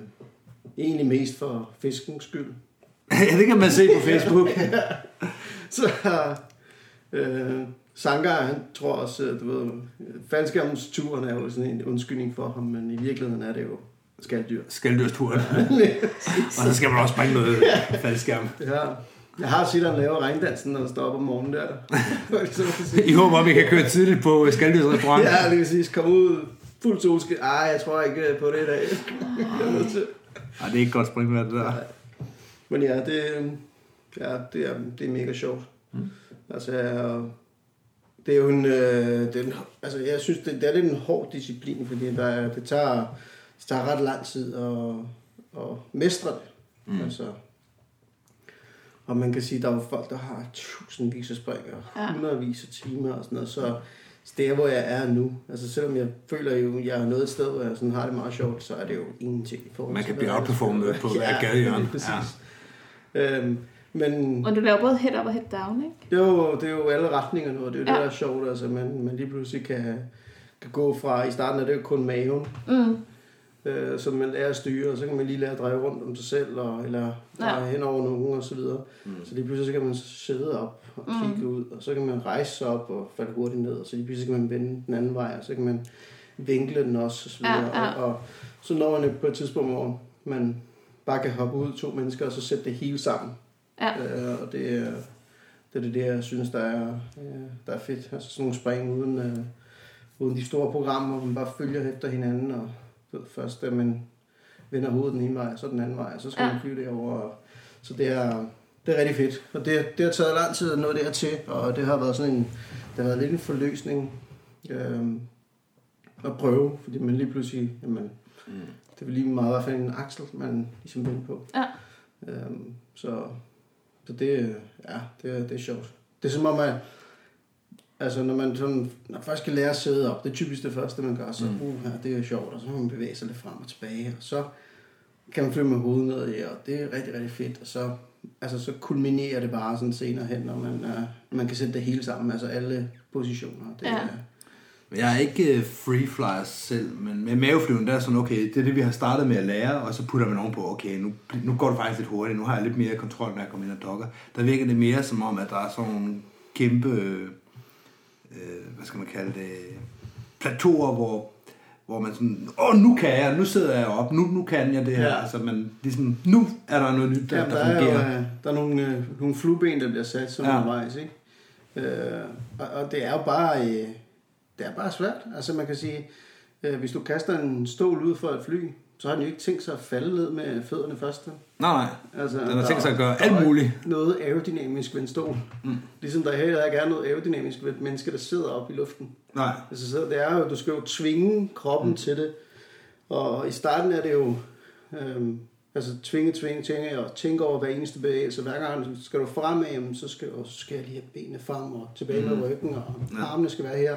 egentlig mest for fiskens skyld.
Ja, det kan man se på Facebook.
Så øh, Sankar, han tror også, øh, du ved, faldskærmsturen er jo sådan en undskyldning for ham, men i virkeligheden er det jo skalddyr.
Skældørsturen. Og så skal man også bringe noget faldskærm.
Ja. Jeg har set, at han laver regndansen, når han står op om morgenen der. Så man kan sige,
I håber, vi kan køre tidligt på skældørsrestaurant.
ja, lige præcis. Kom ud. Fuld solskin. Ej, jeg tror ikke på det i dag. Jeg er nødt til-
Ej, det er ikke godt springvand, det der.
Men ja, det, ja, det, er, det er mega sjovt. Mm. Altså, jeg- det er jo en, øh, det er en altså, jeg synes, det, det er lidt en hård disciplin, fordi der, er- det, tager, det tager ret lang tid at, at mestre det. Mm. Altså, og man kan sige, der er jo folk, der har tusindvis af springer, ja. hundredvis af timer og sådan noget, så der, hvor jeg er nu, altså selvom jeg føler jo, jeg er nået et sted, hvor jeg sådan har det meget sjovt, så er det jo ingenting. i forhold
Man
til,
kan
hvad
blive
jeg ellers
outperformet
føler.
på hver gadehjørne.
lige Præcis. Ja. Øhm, men
Og du laver både head up og head down, ikke?
det er, jo, det er jo alle retninger nu, og det er jo
Ja.
ja. det, der er sjovt. Altså, man, man lige pludselig kan, kan gå fra, i starten er det jo kun maven,
Mm.
øh, som man lærer at styre, og så kan man lige lære at dreje rundt om sig selv, og, eller
Ja.
ja. hen over nogen og så videre. Mm. Så lige pludselig så kan man sidde op og kigge
Mm.
ud, og så kan man rejse sig op og falde hurtigt ned, og så lige pludselig kan man vende den anden vej, og så kan man vinkle den også, og så videre.
Ja, ja.
Og, og så når man på et tidspunkt, hvor man bare kan hoppe ud to mennesker, og så sætte det hele sammen.
Ja.
Øh, og det er det, er det, det, jeg synes, der er, øh, der er fedt. Altså sådan nogle spring uden, øh, uden de store programmer, hvor man bare følger efter hinanden. Og du ved, først, at man vender hovedet den ene vej, og så den anden vej, og så skal
Ja.
ja. man flyve derover. Og, så det er, det er rigtig fedt. Og det, det har taget lang tid at nå dertil, og det har været sådan en, det har været lidt en forløsning øh, at prøve, fordi man lige pludselig, jamen, mm. det er lige meget i hvert fald en aksel, man ligesom vender på.
Ja.
Øhm, så, så det, øh, ja, det, er- det er sjovt. Det er som om, at altså, når man sådan, når man først skal lære at sidde op, det er typisk det første, man gør, så mm. uh, her, det er sjovt, og så må man bevæge sig lidt frem og tilbage, og så kan man flyve med hovedet ned i, og det er rigtig, rigtig fedt, og så, altså, så kulminerer det bare øh, sådan senere hen, når man, uh, man kan sætte det hele sammen, altså alle positioner. Det,
Ja.
er,
Jeg er ikke øh, free flyer selv, men med maveflyven, der er sådan, okay, det er det, vi har startet med at lære, og så putter man ovenpå, okay, nu, nu går det faktisk lidt hurtigt, nu har jeg lidt mere kontrol, når jeg kommer ind og dokker. Der virker det mere som om, at der er sådan nogle kæmpe, øh, øh, hvad skal man kalde det, plateauer, hvor, hvor man sådan, åh, nu kan jeg, nu sidder jeg op, nu, nu kan jeg det her. Ja.
Ja.
Altså, man, ligesom, nu er der noget nyt, der,
Jamen,
der,
der,
der
er jo,
fungerer.
øh, der er nogle, øh, nogle flueben, der bliver sat som
Ja.
ja. undervejs, ikke? Øh, og, og det er jo bare, øh, det er bare svært. Altså man kan sige, øh, hvis du kaster en stol ud for et fly, så har den jo ikke tænkt sig at falde ned med fødderne først. vel?
Nej, nej.
Altså,
Den har
der
tænkt sig at
er-
gøre
der
alt
er ikke
muligt.
noget aerodynamisk ved en stol. Mm. Ligesom der heller ikke er noget aerodynamisk ved et menneske, der sidder oppe i luften.
Nej.
Altså, så det er jo, du skal jo tvinge kroppen mm. til det. Og i starten er det jo, øhm, altså tvinge, tvinge, tvinge, og tænke over hver eneste bevægelse. Hver gang skal du fremad, jamen, så skal, og så skal jeg lige have benene frem og tilbage med ryggen, og armene skal være her.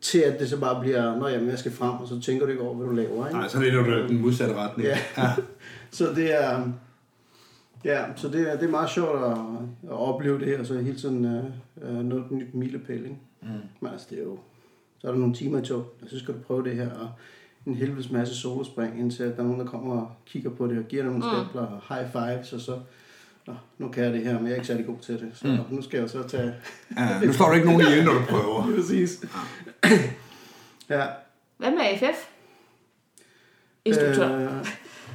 Til at det så bare bliver, når jamen, jeg skal frem, og så tænker du ikke over, hvad du laver. Ikke?
Nej, så er det jo den modsatte retning.
Ja. så det er... Ja, så det er, det er meget sjovt at, at opleve det her, og så hele tiden øh, øh, noget nyt milepæl, ikke? Mm. Men altså, det er jo... Så er der nogle timer i tog, og så skal du prøve det her, og en helvedes masse solospring, indtil at der er nogen, der kommer og kigger på det, og giver dig nogle mm. stempler, og high fives, og så... Nå, nu kan jeg det her, men jeg er ikke særlig god til det, så mm. nu skal jeg så tage...
Ja, nu slår du ikke nogen ihjel, når du prøver.
Præcis. ja.
Hvad med AFF? Instruktør. Øh.
Øh,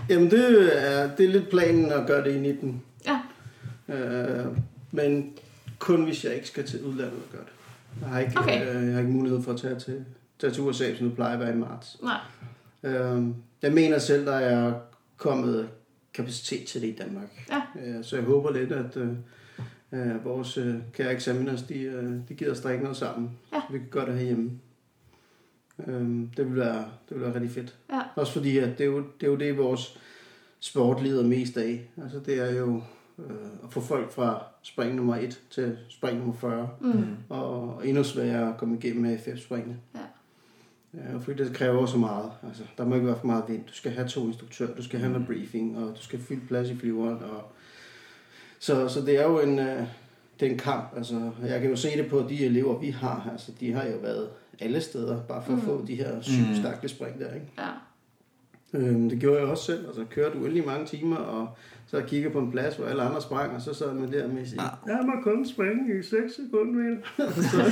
jamen, det er, det er lidt planen at gøre det i 19.
Ja.
Øh, men kun hvis jeg ikke skal til udlandet og gøre det. Jeg har ikke,
Okay.
øh, jeg har ikke mulighed for at tage til, tage til USA, som det plejer at være i marts.
Nej.
Øh, jeg mener selv, der er kommet kapacitet til det i Danmark.
Ja.
Øh, så jeg håber lidt, at øh, øh, vores øh, kære examiners, de, øh, de gider strikke noget sammen.
Ja.
Så vi kan gøre det herhjemme. Øhm, det, vil være, det vil være rigtig fedt.
Ja.
Også fordi, at det er, jo, det er jo det, vores sport lider mest af. Altså, det er jo øh, at få folk fra spring nummer 1 til spring nummer 40.
Mm.
Og endnu sværere at komme igennem med AFF-springene.
Ja.
Ja, fordi det kræver så meget. Altså, der må ikke være for meget vind. Du skal have to instruktører, du skal have noget briefing, og du skal fylde plads i flyveren. Og... Så, så det er jo en, øh, det er en kamp. Altså, jeg kan jo se det på de elever, vi har. Altså, de har jo været alle steder, bare for at få de her syv
Mm.
stakle spring der. Ikke?
Ja.
Øhm, det gjorde jeg også selv. Altså, kørte uendelig mange timer, og så kigger på en plads, hvor alle andre sprang, og så sad man der med sin,
Ah.
jeg må kun springe i 6 sekunder. så,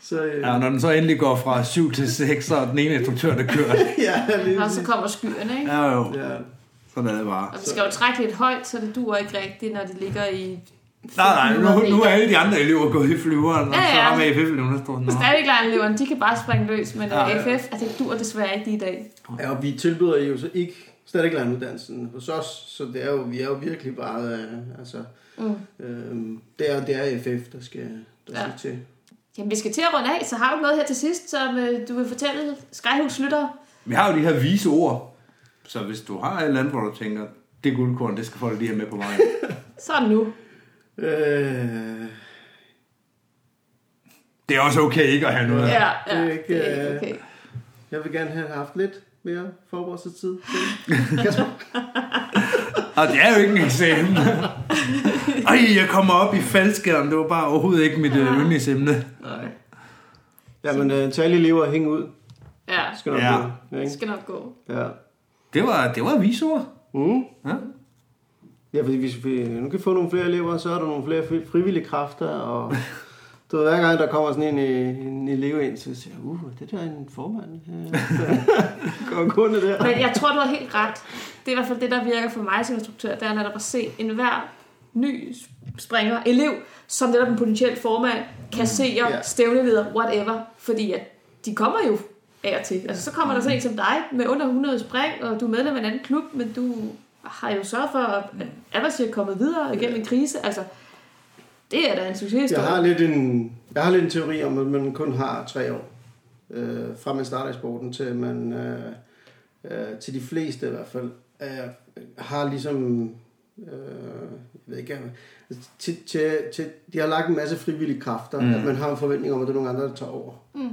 så, øh,
Ja, og når den så endelig går fra 7 til 6, så er den ene instruktør, der kører.
ja, lige
Og så kommer skyerne, ikke?
Ja, jo.
Ja,
Sådan er det bare.
Og vi skal jo trække lidt højt, så det duer ikke rigtigt, når de ligger i...
Nej, nej, nu, nu er alle de andre elever gået i flyveren, og
Ja,
så
ja.
har med FF-eleven, der står sådan,
Stadig lejreleverne, de kan bare springe løs, men ja,
Ja, ja.
AFF, altså, det duer desværre ikke lige i dag.
Ja, og vi tilbyder jo så ikke stadig uddannelsen hos os, så det er jo, vi er jo virkelig bare, øh, altså,
Mm.
øhm, det, er, det er FF, der skal, der skal
Ja.
til.
Jamen, vi skal til at runde af, så har du noget her til sidst, som øh, du vil fortælle Skyhus lyttere?
Vi har jo de her vise ord, så hvis du har et eller andet, hvor du tænker, det er guldkorn, det skal folk lige have med på vejen.
Så er det nu.
Øh,
Det er også okay ikke at have noget.
Ja,
det
ja,
er ikke,
det er
øh,
okay.
jeg vil gerne have haft lidt mere forberedelsestid.
Og det er jo ikke en eksamen. Ej, jeg kommer op i faldskærmen, det var bare overhovedet ikke mit øh, yndlingsemne.
Nej.
Jamen, øh, til alle elever, hæng ud.
Ja,
Skal nok
Ja.
gå,
det
ikke?
skal nok gå.
Ja.
Det var, det var vise ord.
Mm.
Ja.
Ja, fordi hvis vi nu kan få nogle flere elever, så er der nogle flere fri- frivillige kræfter, og du ved, hver gang der kommer sådan en, øh, en elev ind, så siger jeg, uh, det der er en formand. Ja, Går kun det der.
Men jeg tror, du har helt ret. Det er i hvert fald det, der virker for mig som instruktør, det er netop at se enhver ny springer, elev, som netop en potentiel formand, kasserer,
Ja.
yeah. stævneleder, whatever, fordi at de kommer jo af og til. Altså, så kommer der sådan en som dig med under 100 spring, og du er medlem af en anden klub, men du har jo sørget for, at Avasi er kommet videre igennem en krise. Altså, det er da en
Jeg
succeshistorie.
har lidt en, jeg har lidt en teori om, at man kun har tre år, øh, fra man starter i sporten, til man, øh, øh, til de fleste i hvert fald, øh, har ligesom, øh, jeg ved ikke, altså, til, til, til, de har lagt en masse frivillige kræfter, mm. at man har en forventning om, at det er nogle andre, der tager over. Mm.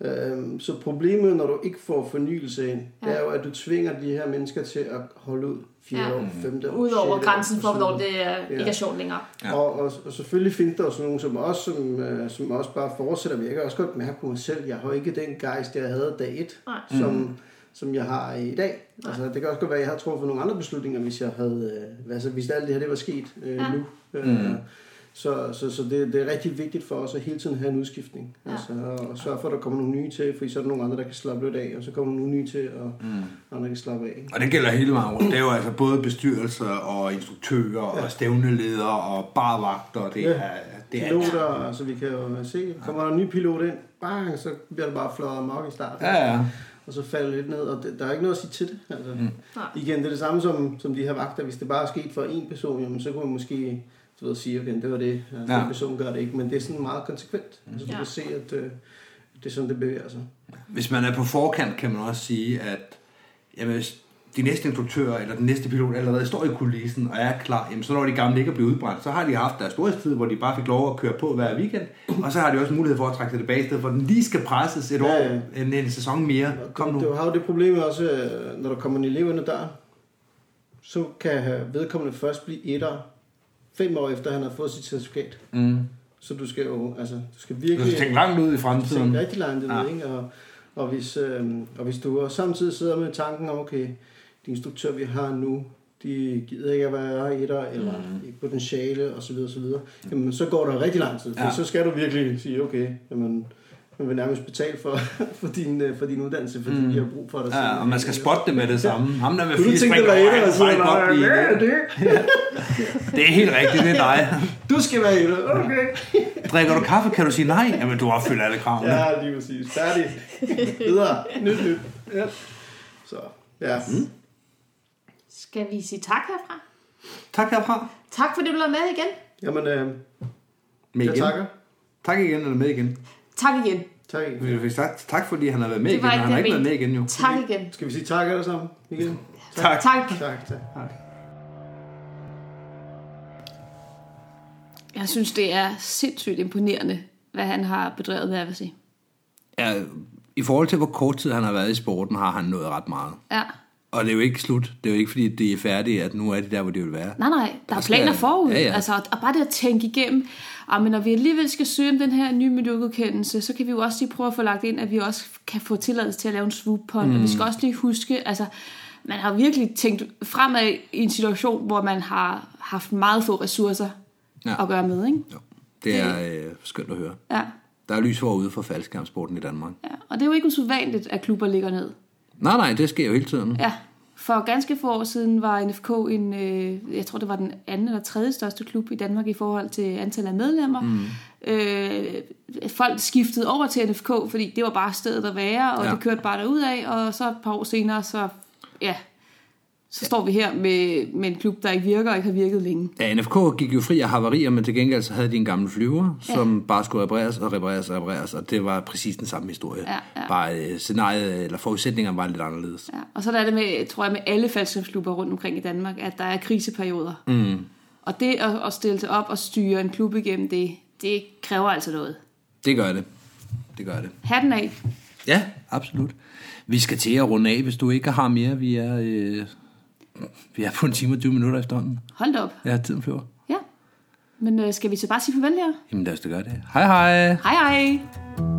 Øhm, så problemet, når du ikke får fornyelse ind, ja. det er jo, at du tvinger de her mennesker til at holde ud 4
Ja. Mm.
ja. år, 5 år,
Udover
sjette år,
grænsen for,
og sådan
hvornår
noget.
det er, ikke er sjovt længere.
Ja.
Ja. Og, og, og selvfølgelig findes der også nogen som os, som, øh, som også bare fortsætter. Men jeg kan også godt mærke på mig selv, jeg har ikke den gejst, jeg havde dag 1,
Nej.
som, som jeg har i dag. Altså, det kan også godt være, at jeg havde truffet nogle andre beslutninger, hvis jeg havde, øh, altså, hvis alt det her det var sket øh,
Ja.
ja. nu. Øh, Så, så, så det, det er rigtig vigtigt for os at hele tiden have en udskiftning.
Ja.
Altså, og- og sørge for, at der kommer nogle nye til, fordi så er der nogle andre, der kan slappe lidt af, og så kommer nogle nye til, og mm. andre kan slappe af.
Og det gælder hele vejen rundt. Det er jo altså både bestyrelser og instruktører og stævneledere og barvagter. Det
Ja.
er, det er
piloter, altså vi kan jo se, kommer der en ny pilot ind, bang, så bliver det bare fløjet amok i starten.
Ja, ja.
Og så falder det lidt ned, og det, der er ikke noget at sige til det. Altså, mm.
Nej.
Igen, det er det samme som, som de her vagter. Hvis det bare er sket for én person, jamen, så kunne man måske du ved, sige, okay, det var det, ja, den
Ja.
person gør det ikke. Men det er sådan meget konsekvent. Mm. Altså, du
Ja.
kan se, at øh, det er sådan, det bevæger sig.
Hvis man er på forkant, kan man også sige, at jamen, hvis de næste instruktører eller den næste pilot allerede står i kulissen og er klar, jamen, så når de gamle ikke at blive udbrændt, så har de haft deres storhedstid, hvor de bare fik lov at køre på hver weekend, og så har de også mulighed for at trække sig tilbage, i stedet for at den lige skal presses et
Ja,
år,
ja.
en, en sæson mere. Kom nu.
Du har jo det problem også, øh, når der kommer en elev ind ad døren, så kan øh, vedkommende først blive etter fem år efter, han har fået sit certifikat.
Mm.
Så du skal jo, altså, du skal
Du
virkelig...
skal tænke langt ud i
tænke
fremtiden.
rigtig langt
Ja.
ja. ikke? Og, og, hvis, øh, og hvis du også samtidig sidder med tanken om, okay, de instruktører, vi har nu, de gider ikke at være etter, eller mm. potentiale, osv., osv., jamen så går der rigtig lang tid.
Mm. Ja.
Ja. Så skal du virkelig sige, okay, jamen, man vil nærmest betale for, for, din, øh, for din uddannelse, fordi mm. de har brug for dig.
Ja, og man skal spotte det med det samme. Ham der med
Kunne
fire
du tænke dig at
springer,
være
han
etter,
kan faktisk godt
og sidde
blive
der,
det.
"Ja, det?
Det er helt rigtigt, det er dig.
Du skal være etter, okay.
Drikker du kaffe, kan du sige nej? Jamen, du opfylder alle kravene. Ja.
Ja, lige præcis. Færdig. Videre. Nyt, nyt. Ja. Så, ja. Mm.
Skal vi sige tak herfra?
Tak herfra.
Tak fordi du lavede med igen.
Jamen, øh,
Med
jeg
igen.
takker.
tak igen, eller med igen.
Tak igen.
Tak.
Vi fik sagt tak, fordi han har været med
Det
igen.
var
og
ikke
Han har
det,
ikke
jeg
været med igen, jo.
Tak igen.
Skal vi sige tak alle sammen igen?
Tak.
Tak.
Tak, tak.
Jeg synes, det er sindssygt imponerende, hvad han har bedrevet med Avasi.
Ja, I forhold til, hvor kort tid han har været i sporten, har han nået ret meget.
Ja.
Og det er jo ikke slut. Det er jo ikke, fordi det er færdigt, at nu er det der, hvor det vil være.
Nej, nej, der er
skal-
planer forud.
Ja, ja.
Altså, og bare det at tænke igennem, ah, men når vi alligevel skal søge om den her nye miljøgodkendelse, så kan vi jo også lige prøve at få lagt ind, at vi også kan få tilladelse til at lave en swoop på mm. og vi skal også lige huske, altså, man har virkelig tænkt fremad i en situation, hvor man har haft meget få ressourcer
Ja.
ja. at gøre med, ikke?
Jo. Det er øh, skønt at høre.
Ja.
Der er lys forude for faldskærmsporten i Danmark.
ja. Og det er jo ikke usædvanligt, at klubber ligger ned.
Nej, nej, det sker jo hele tiden.
Ja, for ganske få år siden var NFK en, øh, jeg tror det var den anden eller tredje største klub i Danmark i forhold til antallet af medlemmer. Mm. Øh, folk skiftede over til NFK, fordi det var bare stedet at være, og
Ja.
ja. det kørte bare derudad, og så et par år senere, så ja, så står vi her med, med en klub, der ikke virker og ikke har virket længe.
Ja, NFK gik jo fri af havarier, men til gengæld så havde de en gammel flyver, ja. som bare skulle repareres og repareres og repareres, og det var præcis den samme historie.
Ja, ja.
Bare øh, scenariet eller forudsætningerne var lidt anderledes.
Ja, og så er det med, tror jeg, med alle faldskabsklubber rundt omkring i Danmark, at der er kriseperioder. Mm. Og det at, at stille sig op og styre en klub igennem det, det kræver altså noget.
Det gør det. Det gør det.
Hatten af.
Ja, absolut. Vi skal til at runde af, hvis du ikke har mere. Vi er, øh, vi er på en time og 20 minutter efterhånden.
Hold da op.
Ja, tiden flyver.
Ja. Men øh, skal vi så bare sige farvel her?
Jamen lad os da gøre det. Hej hej!
Hej hej!